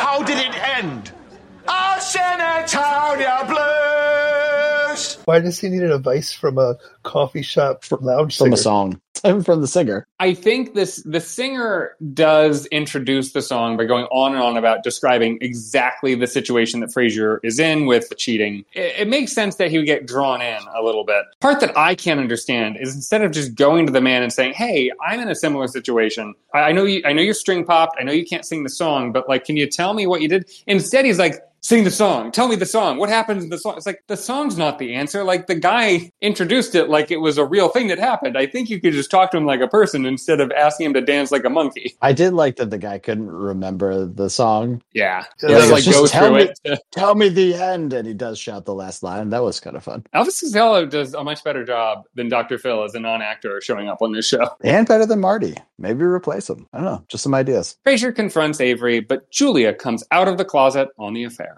How did it end?
I'll send a town your blues!
Why does he need an advice from a coffee shop lounge
From
singer?
a song, from the singer.
I think this the singer does introduce the song by going on and on about describing exactly the situation that Frasier is in with the cheating. It, it makes sense that he would get drawn in a little bit. Part that I can't understand is instead of just going to the man and saying, "Hey, I'm in a similar situation. I, I know you. I know you're string popped. I know you can't sing the song, but like, can you tell me what you did?" Instead, he's like. Sing the song. Tell me the song. What happens in the song? It's like the song's not the answer. Like the guy introduced it like it was a real thing that happened. I think you could just talk to him like a person instead of asking him to dance like a monkey.
I did like that the guy couldn't remember the song.
Yeah.
Yeah,
Just,
it's
like
just
go
tell
through
me-
it.
Tell me the end, and he does shout the last line. That was kind of fun
Elvis Costello does a much better job than Dr. Phil as a non actor showing up on this show.
and better than Marty. Maybe replace him. I don't know. Just some ideas.
Frasier confronts Avery, but Julia comes out of the closet on the affair.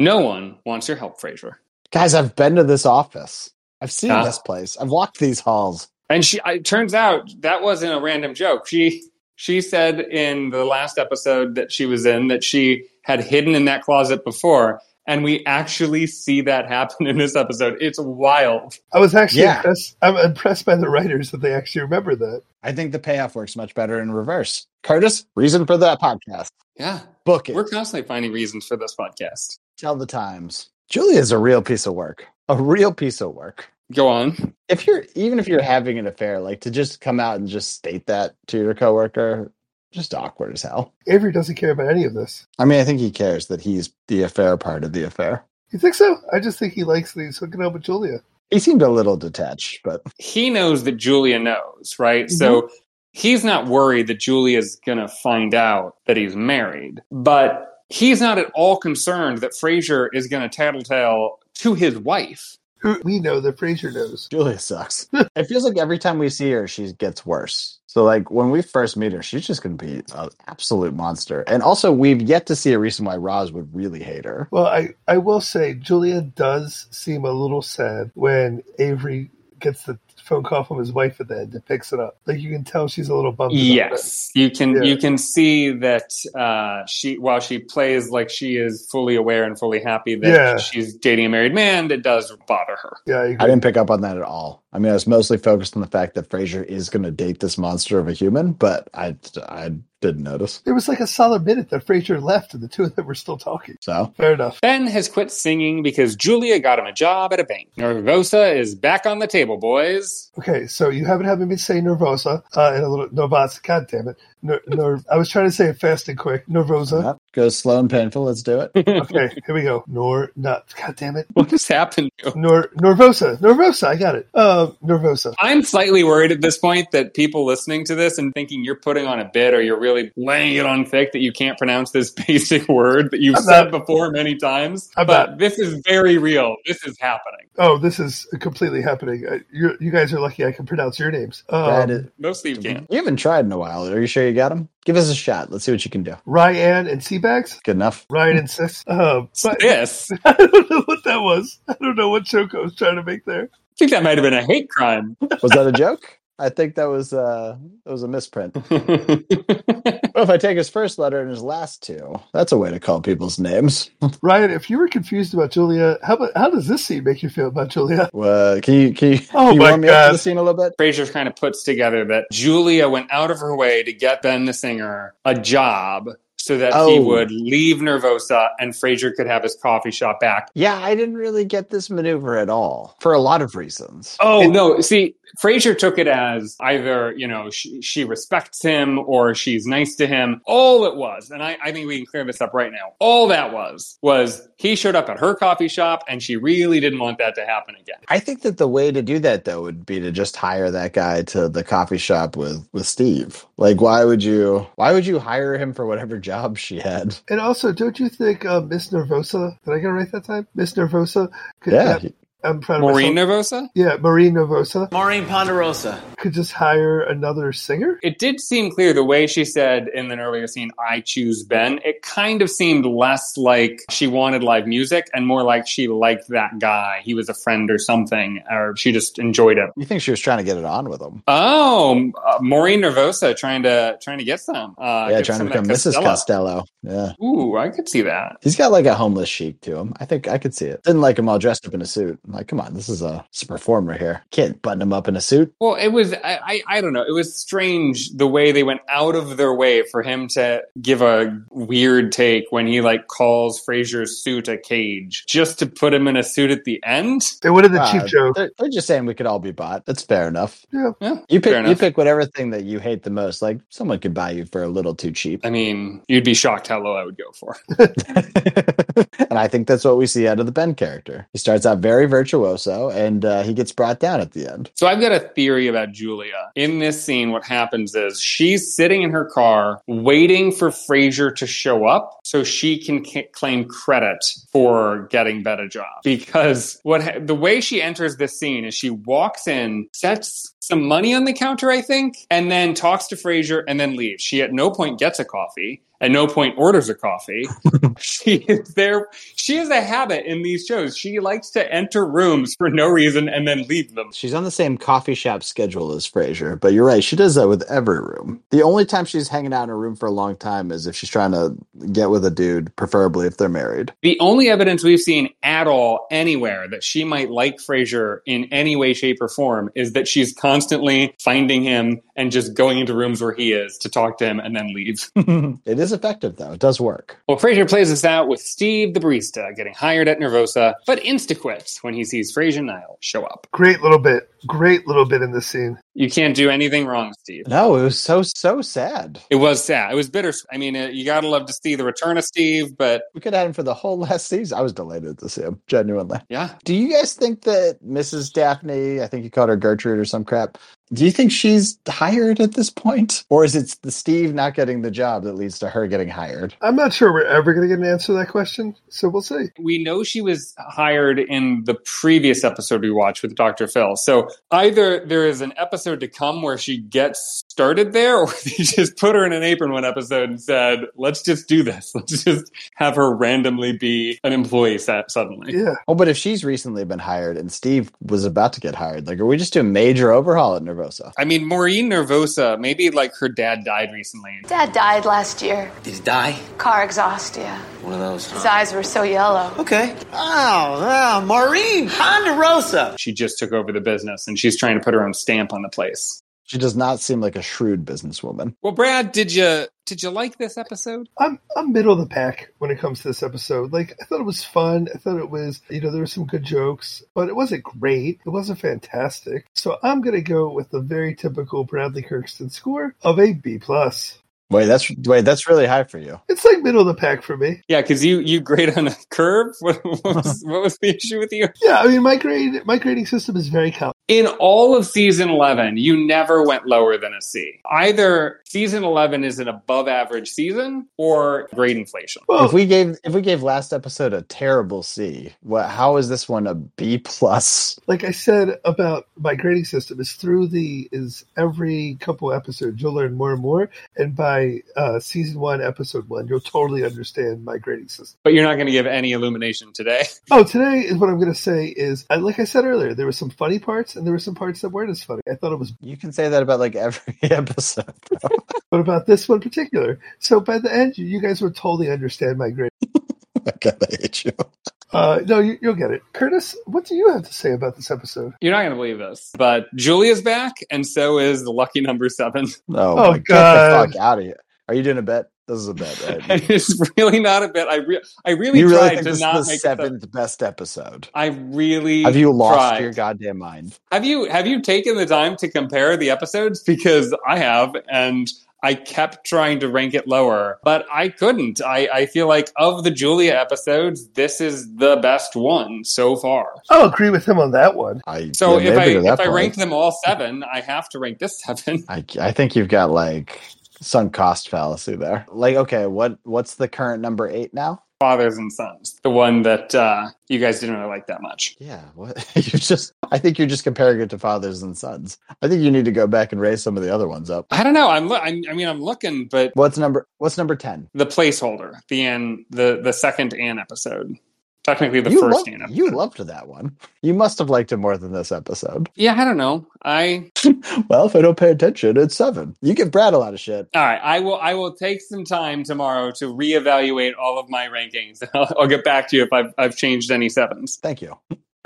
No one wants your help, Frasier.
Guys, I've been to this office. I've seen
Huh?
this place. I've walked these halls.
And she, it turns out that wasn't a random joke. She she said in the last episode that she was in that she had hidden in that closet before, and we actually see that happen in this episode. It's wild.
I was actually
Yeah.
impressed. I'm impressed by the writers that they actually remember that.
I think the payoff works much better in reverse. Curtis, reason for that podcast.
Yeah,
Book it.
we're constantly finding reasons for this podcast.
Tell the times. Julia's a real piece of work. A real piece of work.
Go on.
If you're even if you're having an affair, like to just come out and just state that to your coworker, just awkward as hell.
Avery doesn't care about any of this.
I mean, I think he cares that he's the affair part of the affair.
You think so? I just think he likes that he's hooking up with Julia.
He seemed a little detached, but
He knows that Julia knows, right? So he's not worried that Julia's going to find out that he's married, but he's not at all concerned that Frasier is going to tattletale to his wife.
Who we know that Fraser knows.
Julia sucks. it feels like every time we see her, she gets worse. So, like when we first meet her, she's just going to be an absolute monster. And also, we've yet to see a reason why Roz would really hate her.
Well, I, I will say Julia does seem a little sad when Avery gets the phone call from his wife at the end that picks it up. Like you can tell she's a little bummed. about
Yes, you can.
Yeah.
You can see that uh, she, while she plays like she is fully aware and fully happy that
Yeah.
she's dating a married man, that does bother her.
Yeah,
I didn't pick up on that at all. I mean, I was mostly focused on the fact that Fraser is going to date this monster of a human, but I I didn't notice.
There was like a solid minute that Fraser left, and the two of them were still talking.
So
fair enough.
Ben has quit singing because Julia got him a job at a bank. Nervosa is back on the table, boys.
Okay, so you haven't had me say nervosa uh, and a little novats. God damn it! Ner, ner, I was trying to say it fast and quick. Nervosa.
Go slow and painful. Let's do it.
okay, here we go. Nor not. God damn it!
What just happened?
Nor nervosa. Nervosa. I got it. Uh, nervosa.
I'm slightly worried at this point that people listening to this and thinking you're putting on a bit or you're really laying it on thick that you can't pronounce this basic word that you've
I'm
said before many times.
I'm
but this is very real. This is happening.
Oh, this is completely happening. Uh, you you guys are lucky I can pronounce your names. Um,
That is-
Mostly you can't.
You haven't tried in a while. Are you sure you got him? Give us a shot. Let's see what you can do.
Ryan and Seabags.
Good enough.
Ryan and Sis. Uh, but
Yes.
I don't know what that was. I don't know what joke I was trying to make there.
I think that might have been a hate crime.
Was that a joke? I think that was uh that was a misprint. well, if I take his first letter and his last two, that's a way to call people's names.
Ryan, if you were confused about Julia, how about, how does this scene make you feel about Julia?
Uh, can you can you,
Oh
can you
my
warm me up to
God.
the scene a little bit?
Frazier kind of puts together that Julia went out of her way to get Ben the singer a job so that he
Oh.
would leave Nervosa and Frazier could have his coffee shop back.
Yeah, I didn't really get this maneuver at all for a lot of reasons.
Oh no! See, Frasier took it as either you know she, she respects him or she's nice to him. All it was, and I, I think we can clear this up right now. All that was was he showed up at her coffee shop, and she really didn't want that to happen again.
I think that the way to do that though would be to just hire that guy to the coffee shop with with Steve. Like, why would you? Why would you hire him for whatever job she had?
And also, don't you think uh, Miss Nervosa? Did I get it right that time? Miss Nervosa. Could,
Yeah.
I'm proud of
Maureen
myself.
Nervosa.
Yeah, Maureen Nervosa
Maureen Ponderosa.
could just hire another singer.
It did seem clear the way she said in an earlier scene, "I choose Ben." It kind of seemed less like she wanted live music and more like she liked that guy. He was a friend or something, or she just enjoyed him.
You think she was trying to get it on with him?
Oh, uh, Maureen Nervosa trying to trying to get some. Uh,
yeah,
get
trying to
some of that
become Mrs. Costello. Yeah.
Ooh, I could see that.
He's got like a homeless chic to him. I think I could see it. Didn't like him all dressed up in a suit. I'm like, come on, this is a, it's a performer here. Can't button him up in a suit.
Well, it was I, I I don't know. It was strange the way they went out of their way for him to give a weird take when he like calls Fraser's suit a cage just to put him in a suit at the end.
It would have been
Ah,
cheap joke.
They're, they're just saying we could all be bought. That's fair enough.
Yeah.
You
Fair
pick you
enough.
pick whatever thing that you hate the most. Like someone could buy you for a little too cheap.
I mean, you'd be shocked how low I would go for.
And I think that's what we see out of the Ben character. He starts out very virtuoso and uh, he gets brought down at the end.
So I've got a theory about Julia. In this scene, what happens is she's sitting in her car waiting for Fraser to show up so she can c- claim credit for getting Ben a job. Because what ha- the way she enters this scene is she walks in, sets some money on the counter, I think, and then talks to Fraser and then leaves. She at no point gets a coffee. At no point orders a coffee. she is there. She has a habit in these shows. She likes to enter rooms for no reason and then leave them.
She's on the same coffee shop schedule as Frasier, but you're right. She does that with every room. The only time she's hanging out in a room for a long time is if she's trying to get with a dude, preferably if they're married.
The only evidence we've seen at all anywhere that she might like Frasier in any way, shape, or form is that she's constantly finding him and just going into rooms where he is to talk to him and then leave.
It is effective, though. It does work.
well, Frasier plays this out with Steve the barista getting hired at Nervosa, but insta quits when he sees Frasier Nile show up.
Great little bit. Great little bit in this scene.
You can't do anything wrong, Steve.
No, it was so, so sad.
It was sad. It was bitter. I mean, uh, you gotta love to see the return of Steve, but
We could have had him for the whole last season. I was delighted to see him, genuinely.
yeah,
Do you guys think that Mrs. Daphne, I think you called her Gertrude or some crap, do you think she's hired at this point? Or is it the Steve not getting the job that leads to her getting hired?
I'm not sure we're ever going to get an answer to that question, so we'll see.
we know she was hired in the previous episode we watched with Dr. Phil. So either there is an episode to come where she gets started there, or they just put her in an apron one episode and said, "Let's just do this. Let's just have her randomly be an employee sa- suddenly."
Yeah.
Oh, but if she's recently been hired and Steve was about to get hired, like, are we just doing major overhaul at Nervosa?
I mean, Maureen Nervosa, maybe like her dad died recently.
Dad died last year.
Did he die?
Car exhaust, yeah.
One of those.
His eyes were so yellow.
Okay. Oh, oh, Maureen Ponderosa.
She just took over the business and she's trying to put her own stamp on the place.
She does not seem like a shrewd businesswoman.
Well, Brad, did you did you like this episode?
I'm I'm middle of the pack when it comes to this episode. Like I thought it was fun. I thought it was you know there were some good jokes, but it wasn't great. It wasn't fantastic. So I'm gonna go with the very typical Bradley Kirkston score of a B plus.
Wait, that's wait, that's really high for you.
It's like middle of the pack for me.
Yeah, because you you grade on a curve. What, what, was, what was the issue with you?
Yeah, I mean my grade my grading system is very complex.
In all of season 11, you never went lower than a C. Either season 11 is an above average season or grade inflation.
Well-
if we gave if we gave last episode a terrible C, what how is this one a B plus?
like I said about my grading system is through the is every couple episodes you'll learn more and more, and by uh, season one, episode one, you'll totally understand my grading system.
But you're not going to give any illumination today.
Oh, today is what I'm going to say is I, like I said earlier, there were some funny parts and there were some parts that weren't as funny. I thought it was,
You can say that about like every episode.
but about this one in particular. So by the end, you, you guys will totally understand my grade.
I gotta hate you.
Uh, no, you, you'll get it, Curtis. What do you have to say about this episode?
You're not going to believe this, but Julia's back, and so is the lucky number seven.
No,
Oh,
oh, get
God.
the fuck out of here. Are you doing a bet? This is a bet, right?
And it's really not a bit. I, re- I really
you really
tried
think
to
this is
not
the
make It
seventh best episode?
I really
Have you lost
tried.
your goddamn mind?
Have you have you taken the time to compare the episodes? Because I have, and I kept trying to rank it lower, but I couldn't. I, I feel like of the Julia episodes, this is the best one so far.
I'll agree with him on that one.
I
So
yeah,
if I
maybe to that
if I
point.
rank them all seven, I have to rank this seven.
I, I think you've got like some cost fallacy there. Like, okay, what what's the current number eight now?
Fathers and Sons, the one that uh, you guys didn't really like that much.
Yeah, what you just I think you're just comparing it to fathers and sons. I think you need to go back and raise some of the other ones up.
I don't know. I'm lo- I'm, I mean, I'm looking, but
What's number what's number ten?
the placeholder, the an, the the second Anne episode, technically the
you,
first
loved,
Anne episode.
you loved that one. You must have liked it more than this episode.
Yeah, I don't know. I
Well, if I don't pay attention, it's seven. You give Brad a lot of shit.
All right, I will. I will take some time tomorrow to reevaluate all of my rankings. I'll, I'll get back to you if I've, I've changed any sevens.
Thank you.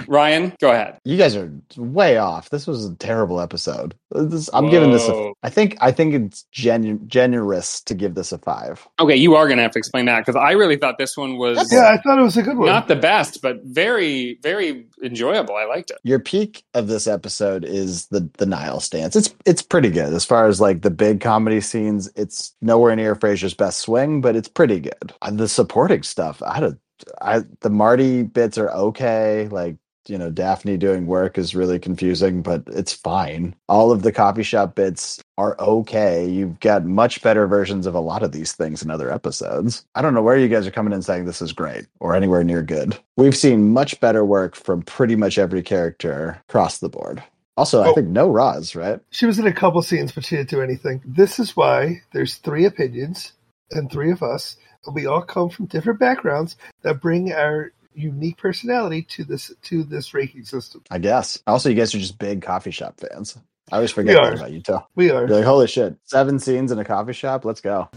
Ryan, go ahead.
You guys are way off. This was a terrible episode. This, I'm giving this. A,
Whoa.
I think. I think it's genu- generous to give this a five.
Okay, you are going to have to explain that because I really thought this one was
Yeah, I thought it was a good one.
not the best, but very, very enjoyable. I liked it.
Your peak of this episode is the the Nile stance. It's it's pretty good as far as like the big comedy scenes. It's nowhere near Frasier's best swing, but it's pretty good. Uh, The supporting stuff, I don't. I the Marty bits are okay. Like you know, Daphne doing work is really confusing, but it's fine. All of the coffee shop bits are okay. You've got much better versions of a lot of these things in other episodes. I don't know where you guys are coming in saying this is great or anywhere near good. We've seen much better work from pretty much every character across the board. Also, I
Oh.
think no Roz, right?
She was in a couple scenes, but she didn't do anything. This is why there's three opinions and three of us, and we all come from different backgrounds that bring our unique personality to this to this ranking system.
I guess. Also, you guys are just big coffee shop fans. I always
We
forget that
are.
about you, too.
We are.
You're like, holy shit, seven scenes in a coffee shop? Let's go.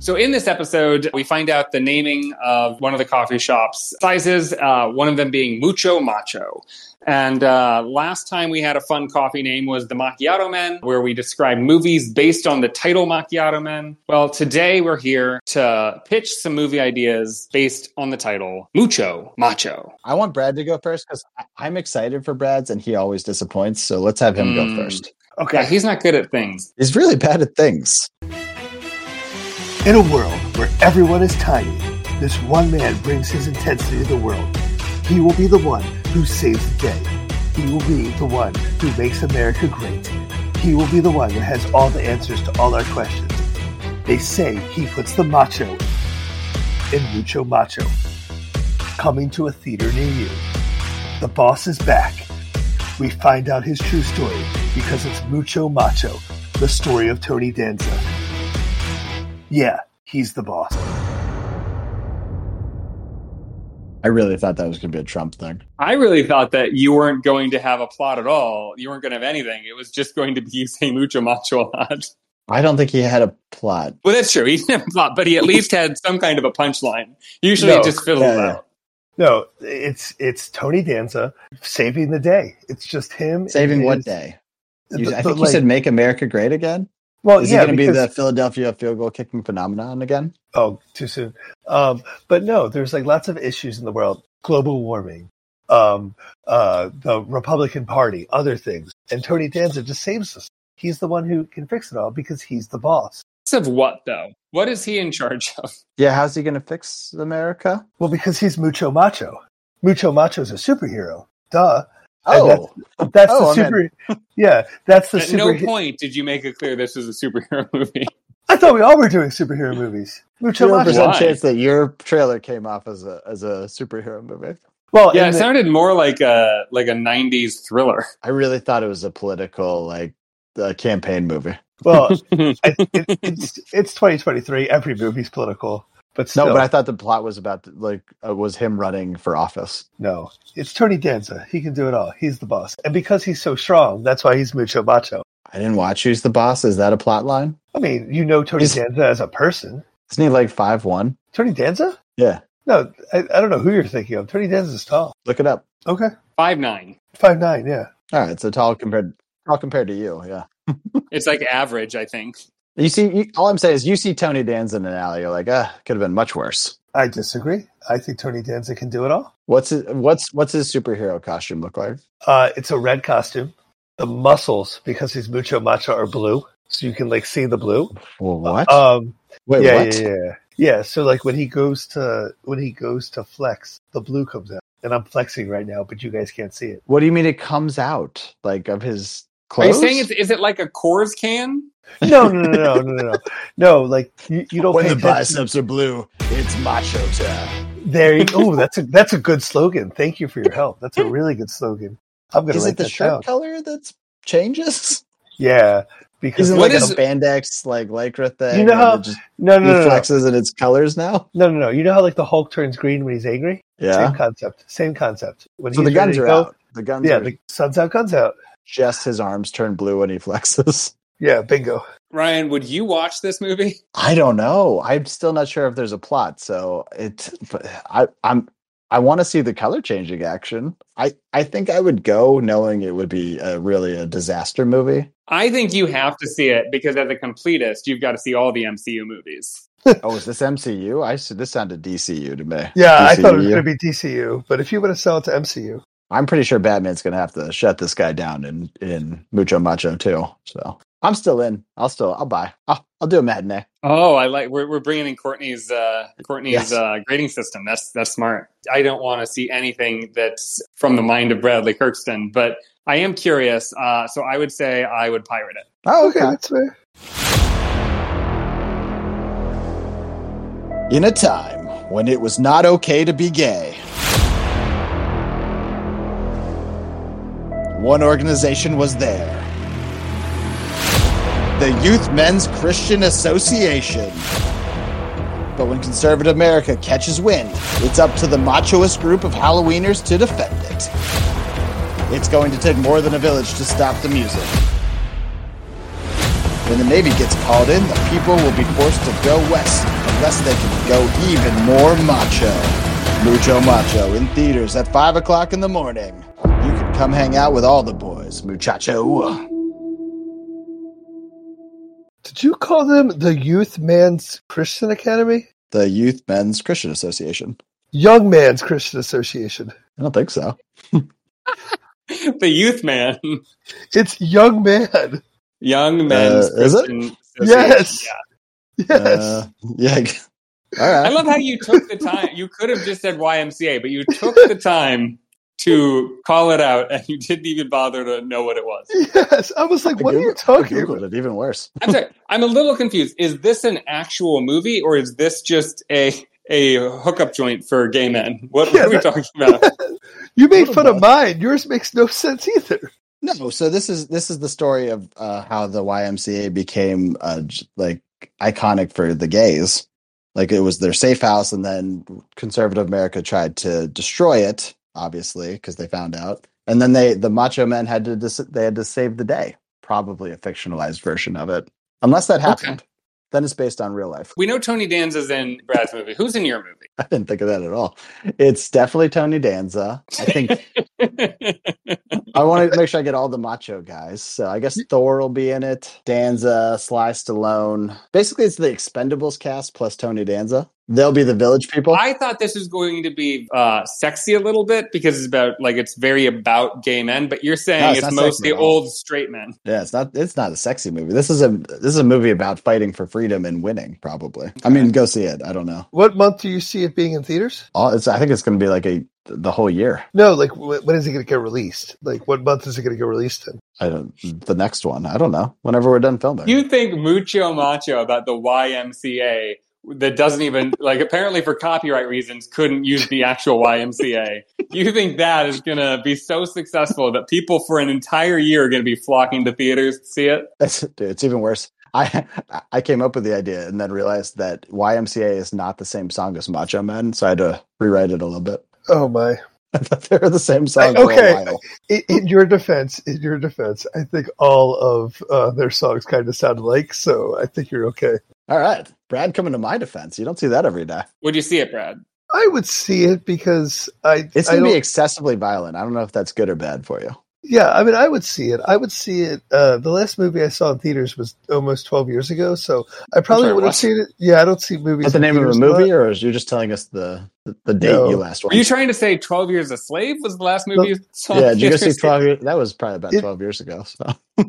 So in this episode, we find out the naming of one of the coffee shops sizes, uh, one of them being Mucho Macho. And uh, last time we had a fun coffee name was the Macchiato Men, where we described movies based on the title Macchiato Men. Well, today we're here to pitch some movie ideas based on the title Mucho Macho.
I want Brad to go first because I'm excited for Brad's and he always disappoints. So let's have him
Mm.
go first.
Yeah, he's not good at things.
He's really bad at things.
In a world where everyone is tiny, this one man brings his intensity to the world. He will be the one who saves the day. He will be the one who makes America great. He will be the one that has all the answers to all our questions. They say he puts the macho in Mucho Macho. Coming to a theater near you. The boss is back, we find out his true story because it's Mucho Macho, the story of Tony Danza. Yeah, he's the boss.
I really thought that was going to be a Trump thing.
I really thought that you weren't going to have a plot at all. You weren't going to have anything. It was just going to be you saying mucho macho a lot.
I don't think he had a plot.
Well, that's true. He didn't have a plot, but he at least had some kind of a punchline. Usually it just fiddles out.
No, it's it's Tony Danza saving the day. It's just him
Saving
and
what
his-
day?
the-
You- I
the,
think you
like-
said "Make America Great Again."
Well,
is
yeah,
he going to be the
because-
Philadelphia field goal kicking phenomenon again?
Oh, too soon. Um, but no, there's like lots of issues in the world: global warming, um, uh, the Republican Party, other things. And Tony Danza just saves us. He's the one who can fix it all because he's the boss.
Of what though? What is he in charge of?
Yeah, how's he going to fix America?
Well, because he's mucho macho. Mucho macho's a superhero. Duh. And
Oh.
that's, that's
Oh, I
the super. Yeah, that's the
At
super.
no point did you make it clear this was a superhero movie.
I thought we all were doing superhero movies. Mucho
Zero
macho.
percent chance that your trailer came off as a as a superhero movie.
Well,
yeah,
and
it
the-
sounded more like a like a '90s thriller.
I really thought it was a political like uh, campaign movie.
Well, I, it, it's it's 2023. Every movie's political, but still,
No, but I thought the plot was about like uh, was him running for office.
no, it's Tony Danza. He can do it all. He's the boss, and because he's so strong, that's why he's mucho macho.
I didn't watch Who's the Boss. Is that a plot line?
I mean, you know Tony Danza as a person.
Isn't he like five one?
Tony Danza?
Yeah,
No, I, I don't know who you're thinking of. Tony Danza's tall.
look it up.
Okay,
Five nine.
five nine. Yeah.
All right, so tall compared tall compared to you. Yeah,
It's like average, I think.
you see, you, all I'm saying is you see Tony Danza in an alley. You're like, ah, could have been much worse.
I disagree. I think Tony Danza can do it all.
What's his, what's what's his superhero costume look like?
Uh, it's a red costume. The muscles, because he's mucho macho, are blue, so you can like see the blue.
Well, what?
Um,
Wait,
yeah,
what?
yeah, yeah, yeah. So like when he goes to when he goes to flex, the blue comes out, and I'm flexing right now, but you guys can't see it.
What do you mean it comes out like of his
Are you
clothes?
saying it's, is it like a Coors can?
No, no, no, no, no, no, no. no like you, you don't.
When
pay
the
attention.
biceps are blue, it's macho time.
There you. Oh, that's a that's a good slogan. Thank you for your help. That's a really good slogan. I'm gonna
Is
write
it the
that
shirt
down.
color that's changes?
Yeah, because
Is it
what
like
is-
a spandex like lycra thing?
You know
and
how- uh,
it just-
no, no,
he
no, no.
flexes in its colors now.
No, no, no. You know how like the Hulk turns green when he's angry?
Yeah.
Same concept. Same concept. When
So the
he's ready
guns
to
are
go-
out. The guns
Yeah,
are
the sun's out, guns out.
just his arms turn blue when he flexes.
Yeah, bingo.
Ryan, would you watch this movie?
I don't know. I'm still not sure if there's a plot. So it, but I, I'm, I want to see the color changing action. I, I think I would go knowing it would be a, really a disaster movie.
I think you have to see it because as a completist, you've got to see all the MCU movies.
oh, is this MCU? I said this sounded DCU to me. E
Yeah, I thought it was
DCU.
going to be DCU, but if you want to sell it to MCU,
I'm pretty sure Batman's going to have to shut this guy down in in Mucho Macho too. So I'm still in. I'll still I'll buy. I'll, I'll do a matinee.
Oh, I like we're, we're bringing in Courtney's uh, Courtney's
Yes.
uh, grading system. That's that's smart. I don't want to see anything that's from the mind of Bradley Kirkston, but I am curious. Uh, so I would say I would pirate it.
Oh, okay.
that's fair.
In a time when it was not okay to be gay, one organization was there the Youth Men's Christian Association. But when conservative America catches wind, it's up to the machoist group of Halloweeners to defend it. It's going to take more than a village to stop the music. When the Navy gets called in, the people will be forced to go west unless they can go even more macho. Mucho Macho in theaters at 5 o'clock in the morning. You can come hang out with all the boys, muchacho.
Did you call them the Youth Man's Christian Academy?
The Youth Men's Christian Association.
Young Man's Christian Association.
I don't think so.
The youth man,
It's Young Man.
young men's
Uh, is it?
Christian Association.
Yes.
Yeah.
Yes.
Uh, yeah. All right.
I love how you took the time. You could have just said YMCA, but you took the time to call it out, and you didn't even bother to know what it was.
yes. I was like,
I
what are
Googled-
you
I
talking
Googled it
about?
even worse.
I'm sorry. I'm a little confused. Is this an actual movie or is this just a a hookup joint for gay men. What, what are we talking about?
You made fun of mine. Yours makes no sense either.
No, so this is this is the story of uh, how the YMCA became uh, j- like iconic for the gays. Like it was their safe house, and then conservative America tried to destroy it, obviously, because they found out. And then they the macho men had to dis- they had to save the day. Probably a fictionalized version of it, unless that happened. Then it's based on real life.
We know Tony Danza's in Brad's movie. Who's in your movie?
I didn't think of that at all. It's definitely Tony Danza. I think I want to make sure I get all the macho guys. So I guess Thor will be in it. Danza, Sly Stallone. Basically, it's the Expendables cast plus Tony Danza. They'll be the village people.
I thought this was going to be uh, sexy a little bit because it's about like it's very about gay men, but you're saying
No, it's
it's,
not sexy
mostly
at all.
old straight men.
yeah, it's not. It's not a sexy movie. This is a this is a movie about fighting for freedom and winning. Probably. I mean, go see it. I don't know.
What month do you see it being in theaters?
All, it's. I think it's going to be like a the whole year.
No, like wh- when is it going to get released? Like what month is it going to get released in?
I don't. The next one. I don't know. Whenever we're done filming.
You think mucho macho about the YMCA that doesn't even like apparently for copyright reasons couldn't use the actual YMCA. You think that is going to be so successful that people for an entire year are going to be flocking to theaters to see it?
That's, dude, it's even worse. I I came up with the idea and then realized that YMCA is not the same song as Macho Men, so I had to rewrite it a little bit.
Oh my.
I thought they were the same song for a
Okay.
while.
In, in your defense, in your defense, I think all of uh, their songs kind of sound alike, so I think you're okay.
All right, Brad, coming to my defense. You don't see that every day.
Would you see it, Brad?
I would see it because I.
It's
I
gonna be
don't-
excessively violent. I don't know if that's good or bad for you.
Yeah, I mean, I would see it. I would see it. Uh, the last movie I saw in theaters was almost 12 years ago, so I probably
sorry,
would have
what?
seen it. Yeah, I don't see movies.
Is the
in
name of a
theaters
movie,
lot.
or is you're just telling us the the, the date
No.
you last
Were you
watched?
trying to say 12 Years a Slave was the last movie you saw? in
yeah, did you go see
theaters?
twelve years? That was probably about
It-
twelve years ago. So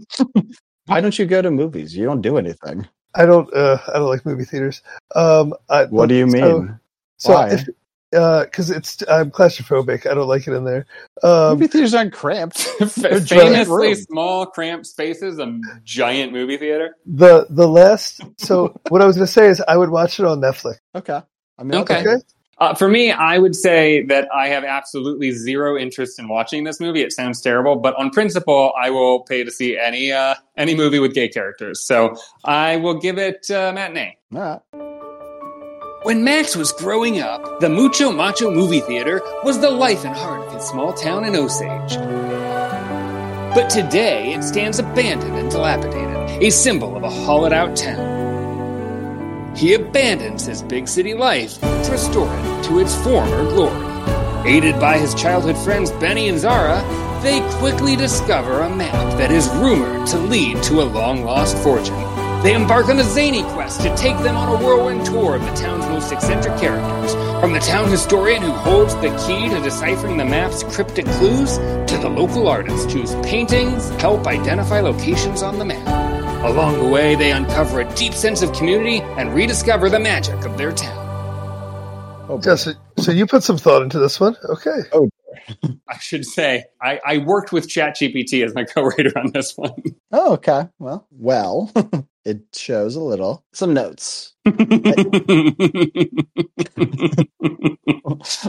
why don't you go to movies? You don't do anything.
I don't. Uh, I don't like movie theaters. Um, I,
What do you
so-
mean?
So,
Why?
if because it's I'm claustrophobic. I don't like it in there. Um,
movie theaters aren't cramped.
Fa-
giant
famously
room.
small cramped spaces a giant movie theater
the the last. So what I was going to say is I would watch it on Netflix.
Okay. I mean,
okay, Uh, for me i would say that i have absolutely zero interest in watching this movie it sounds terrible but on principle i will pay to see any uh, any movie with gay characters so i will give it uh, matinee
All right.
When Max was growing up, the Mucho Macho Movie Theater was the life and heart of his small town in Osage. But today, it stands abandoned and dilapidated, a symbol of a hollowed out town. He abandons his big city life to restore it to its former glory. Aided by his childhood friends Benny and Zara, they quickly discover a map that is rumored to lead to a long lost fortune. They embark on a zany quest to take them on a whirlwind tour of the town's most eccentric characters, from the town historian who holds the key to deciphering the map's cryptic clues to the local artist whose paintings help identify locations on the map. Along the way, they uncover a deep sense of community and rediscover the magic of their town. Oh,
Justin, so you put some thought into this one, okay?
Oh,
I should say, I, I worked with ChatGPT as my co writer on this one.
Oh, okay. Well, well, it shows a little. Some notes.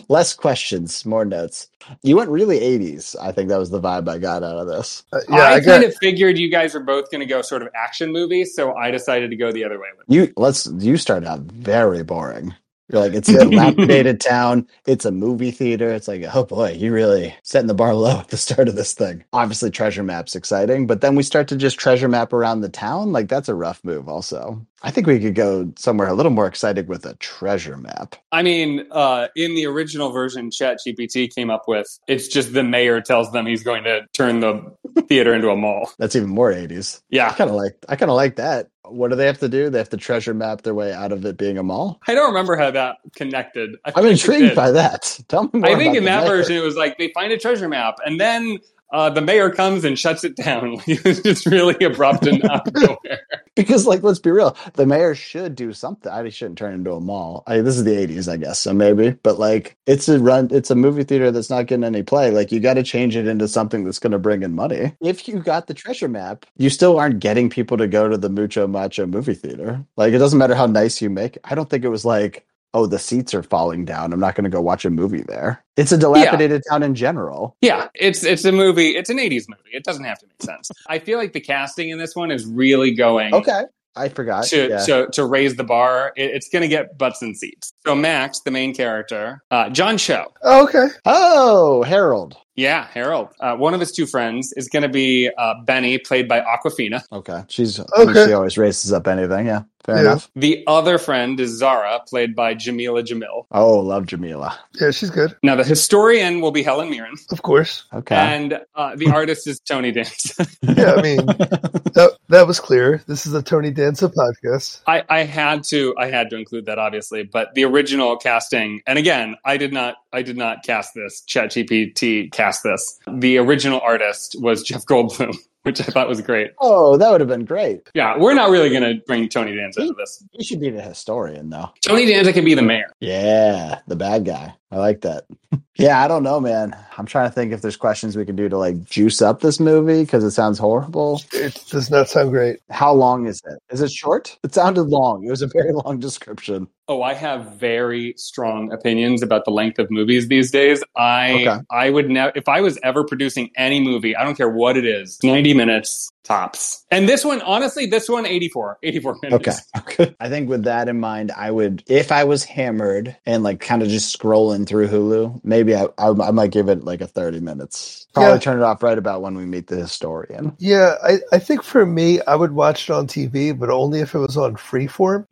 Less questions, more notes. You went really 80s. I think that was the vibe I got out of this.
Uh,
I, kind of figured you guys were both going to go sort of action movies, so I decided to go the other way. with
you let's you start out very boring. You're like it's a dilapidated town. It's a movie theater. It's like oh boy, you really setting the bar low at the start of this thing. Obviously, treasure map's exciting, but then we start to just treasure map around the town. Like that's a rough move. Also, I think we could go somewhere a little more exciting with a treasure map.
I mean, uh, in the original version, ChatGPT came up with it's just the mayor tells them he's going to turn the theater into a mall.
That's even more 80s.
Yeah.
I kind of like I kind of like that. What do they have to do? They have to treasure map their way out of it being a mall.
I don't remember how that connected. I
I'm
think it
intrigued
did.
by that. Tell me more.
I think
about
in
the
that
mayor.
version, it was like they find a treasure map and then. Uh, the mayor comes and shuts it down. it's just really abrupt and out of nowhere.
because like let's be real the mayor should do something i shouldn't turn into a mall I, this is the 80s i guess so maybe but like it's a run it's a movie theater that's not getting any play like you got to change it into something that's going to bring in money if you got the treasure map you still aren't getting people to go to the mucho macho movie theater like it doesn't matter how nice you make it. i don't think it was like oh, the seats are falling down. I'm not going to go watch a movie there. It's a dilapidated town in general.
Yeah, it's it's a movie. It's an '80s movie. It doesn't have to make sense. I feel like the casting in this one is really going
Okay. I forgot.
to
yeah.
to, to raise the bar. It, it's going to get butts and seats. So Max, the main character, uh, John Cho,
Oh, okay.
Oh, Harold.
yeah, Harold, uh, one of his two friends is going to be uh, Benny, played by Aquafina.
Okay. She's
Okay.
she always raises up anything. Yeah. Fair
Yeah.
enough.
The other friend is Zara, played by Jamila Jamil.
Oh, love Jamila.
Yeah, she's good.
Now the historian will be Helen Mirren,
Of course.
Okay.
and uh, the artist is Tony Danza.
Yeah, I mean that that was clear. This is a Tony Danza podcast.
I, I had to I had to include that obviously, but the original casting, and again, I did not I did not cast this. ChatGPT cast this. The original artist was Jeff Goldblum, which I thought was great.
oh, that would have been great.
Yeah, we're not really gonna bring Tony Danza into this.
He should be the historian though.
Tony Danza can be the mayor.
Yeah, the bad guy. I like that. yeah, I don't know, man. I'm trying to think if there's questions we can do to like juice up this movie because it sounds horrible.
It does not sound great.
How long is it? Is it short? It sounded long. It was a very long description.
Oh, I have very strong opinions about the length of movies these days. I
Okay.
I would never if I was ever producing any movie, I don't care what it is, 90 minutes tops. And this one, honestly, this one 84, 84 minutes.
Okay. Okay. I think with that in mind, I would, if I was hammered and like kind of just scrolling through Hulu, maybe I, I, I might give it like a 30 minutes. Probably
Yeah.
turn it off right about when we meet the historian.
Yeah, I, I think for me, I would watch it on TV, but only if it was on freeform.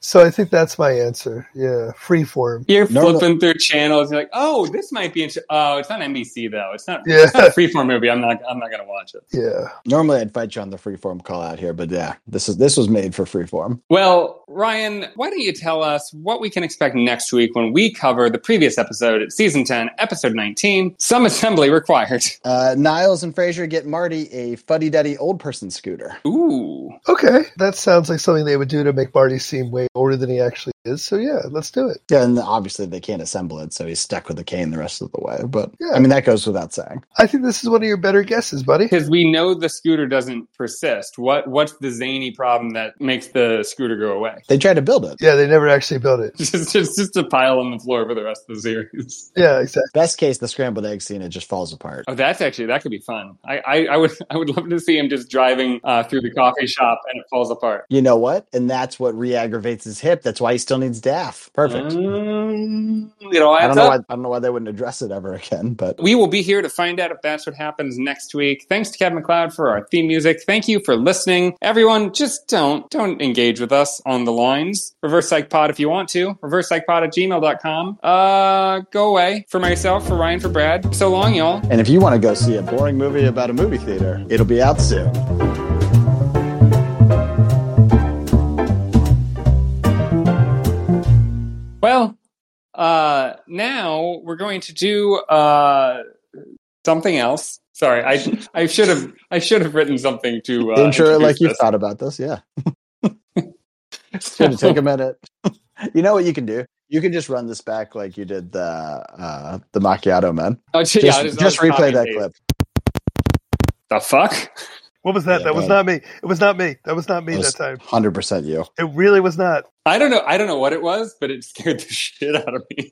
so I think that's my answer. Yeah, freeform.
You're
No, no.
flipping through channels. You're like, oh, this might be. Inter- oh, it's not NBC though. It's not.
Yeah.
It's not a freeform movie. I'm not. I'm not gonna watch it.
Yeah.
Normally I'd fight you on the freeform call out here, but yeah, this is, this was made for freeform.
Well, Ryan, why don't you tell us what we can expect next week when we cover the previous episode, at season ten, episode nineteen, some assembly required.
Uh, Niles and Frazier get Marty a fuddy duddy old person scooter.
Ooh,
Okay. That sounds like something they would do to make Marty seem way older than he actually is. So yeah, let's do it.
Yeah, and obviously they can't assemble it, so he's stuck with the cane the rest of the way. But
Yeah.
I mean, that goes without saying.
I think this is one of your better guesses, buddy.
because we know the scooter doesn't persist. What What's the zany problem that makes the scooter go away?
They tried to build it.
Yeah, they never actually built it.
Just, just, just a pile on the floor for the rest of the series.
Yeah, exactly.
Best case, the scrambled egg scene, it just falls apart.
Oh, that's actually that could be fun. I, I, I would I would love to see him just driving uh, through the coffee shop and it falls apart.
You know what? And that's what re aggravates his hip. That's why he still needs DAF. Perfect.
Mm, Um, it all
I
adds
don't know
up.
why I don't know why they wouldn't address it ever again, but
We will be here to find out if that's what happens next week. Thanks to Kevin McLeod for our theme music. Thank you for listening. Everyone, just don't don't engage with us on the lines. Reverse Psych Pod if you want to. Reverse Psych Pod at gmail.com. Uh go away. For myself, for Ryan, for Brad. So long, y'all.
and if you want to go see a boring movie about a movie theater, it'll be out soon.
Well, uh, now we're going to do uh, something else. Sorry, I I should have I should have written something to uh,
Intro it
introduce
like you
this.
thought about this, yeah. Should take a minute. you know what you can do? You can just run this back like you did the uh the macchiato man.
Oh, gee,
Just,
yeah, it's
just
not
replay
copy and
that
paste.
clip.
The fuck?
What was that?
Yeah,
that was
right.
not me. It was not me. That was not me that time.
Hundred percent you.
It really was not.
I don't know. I don't know what it was, but it scared the shit out of me.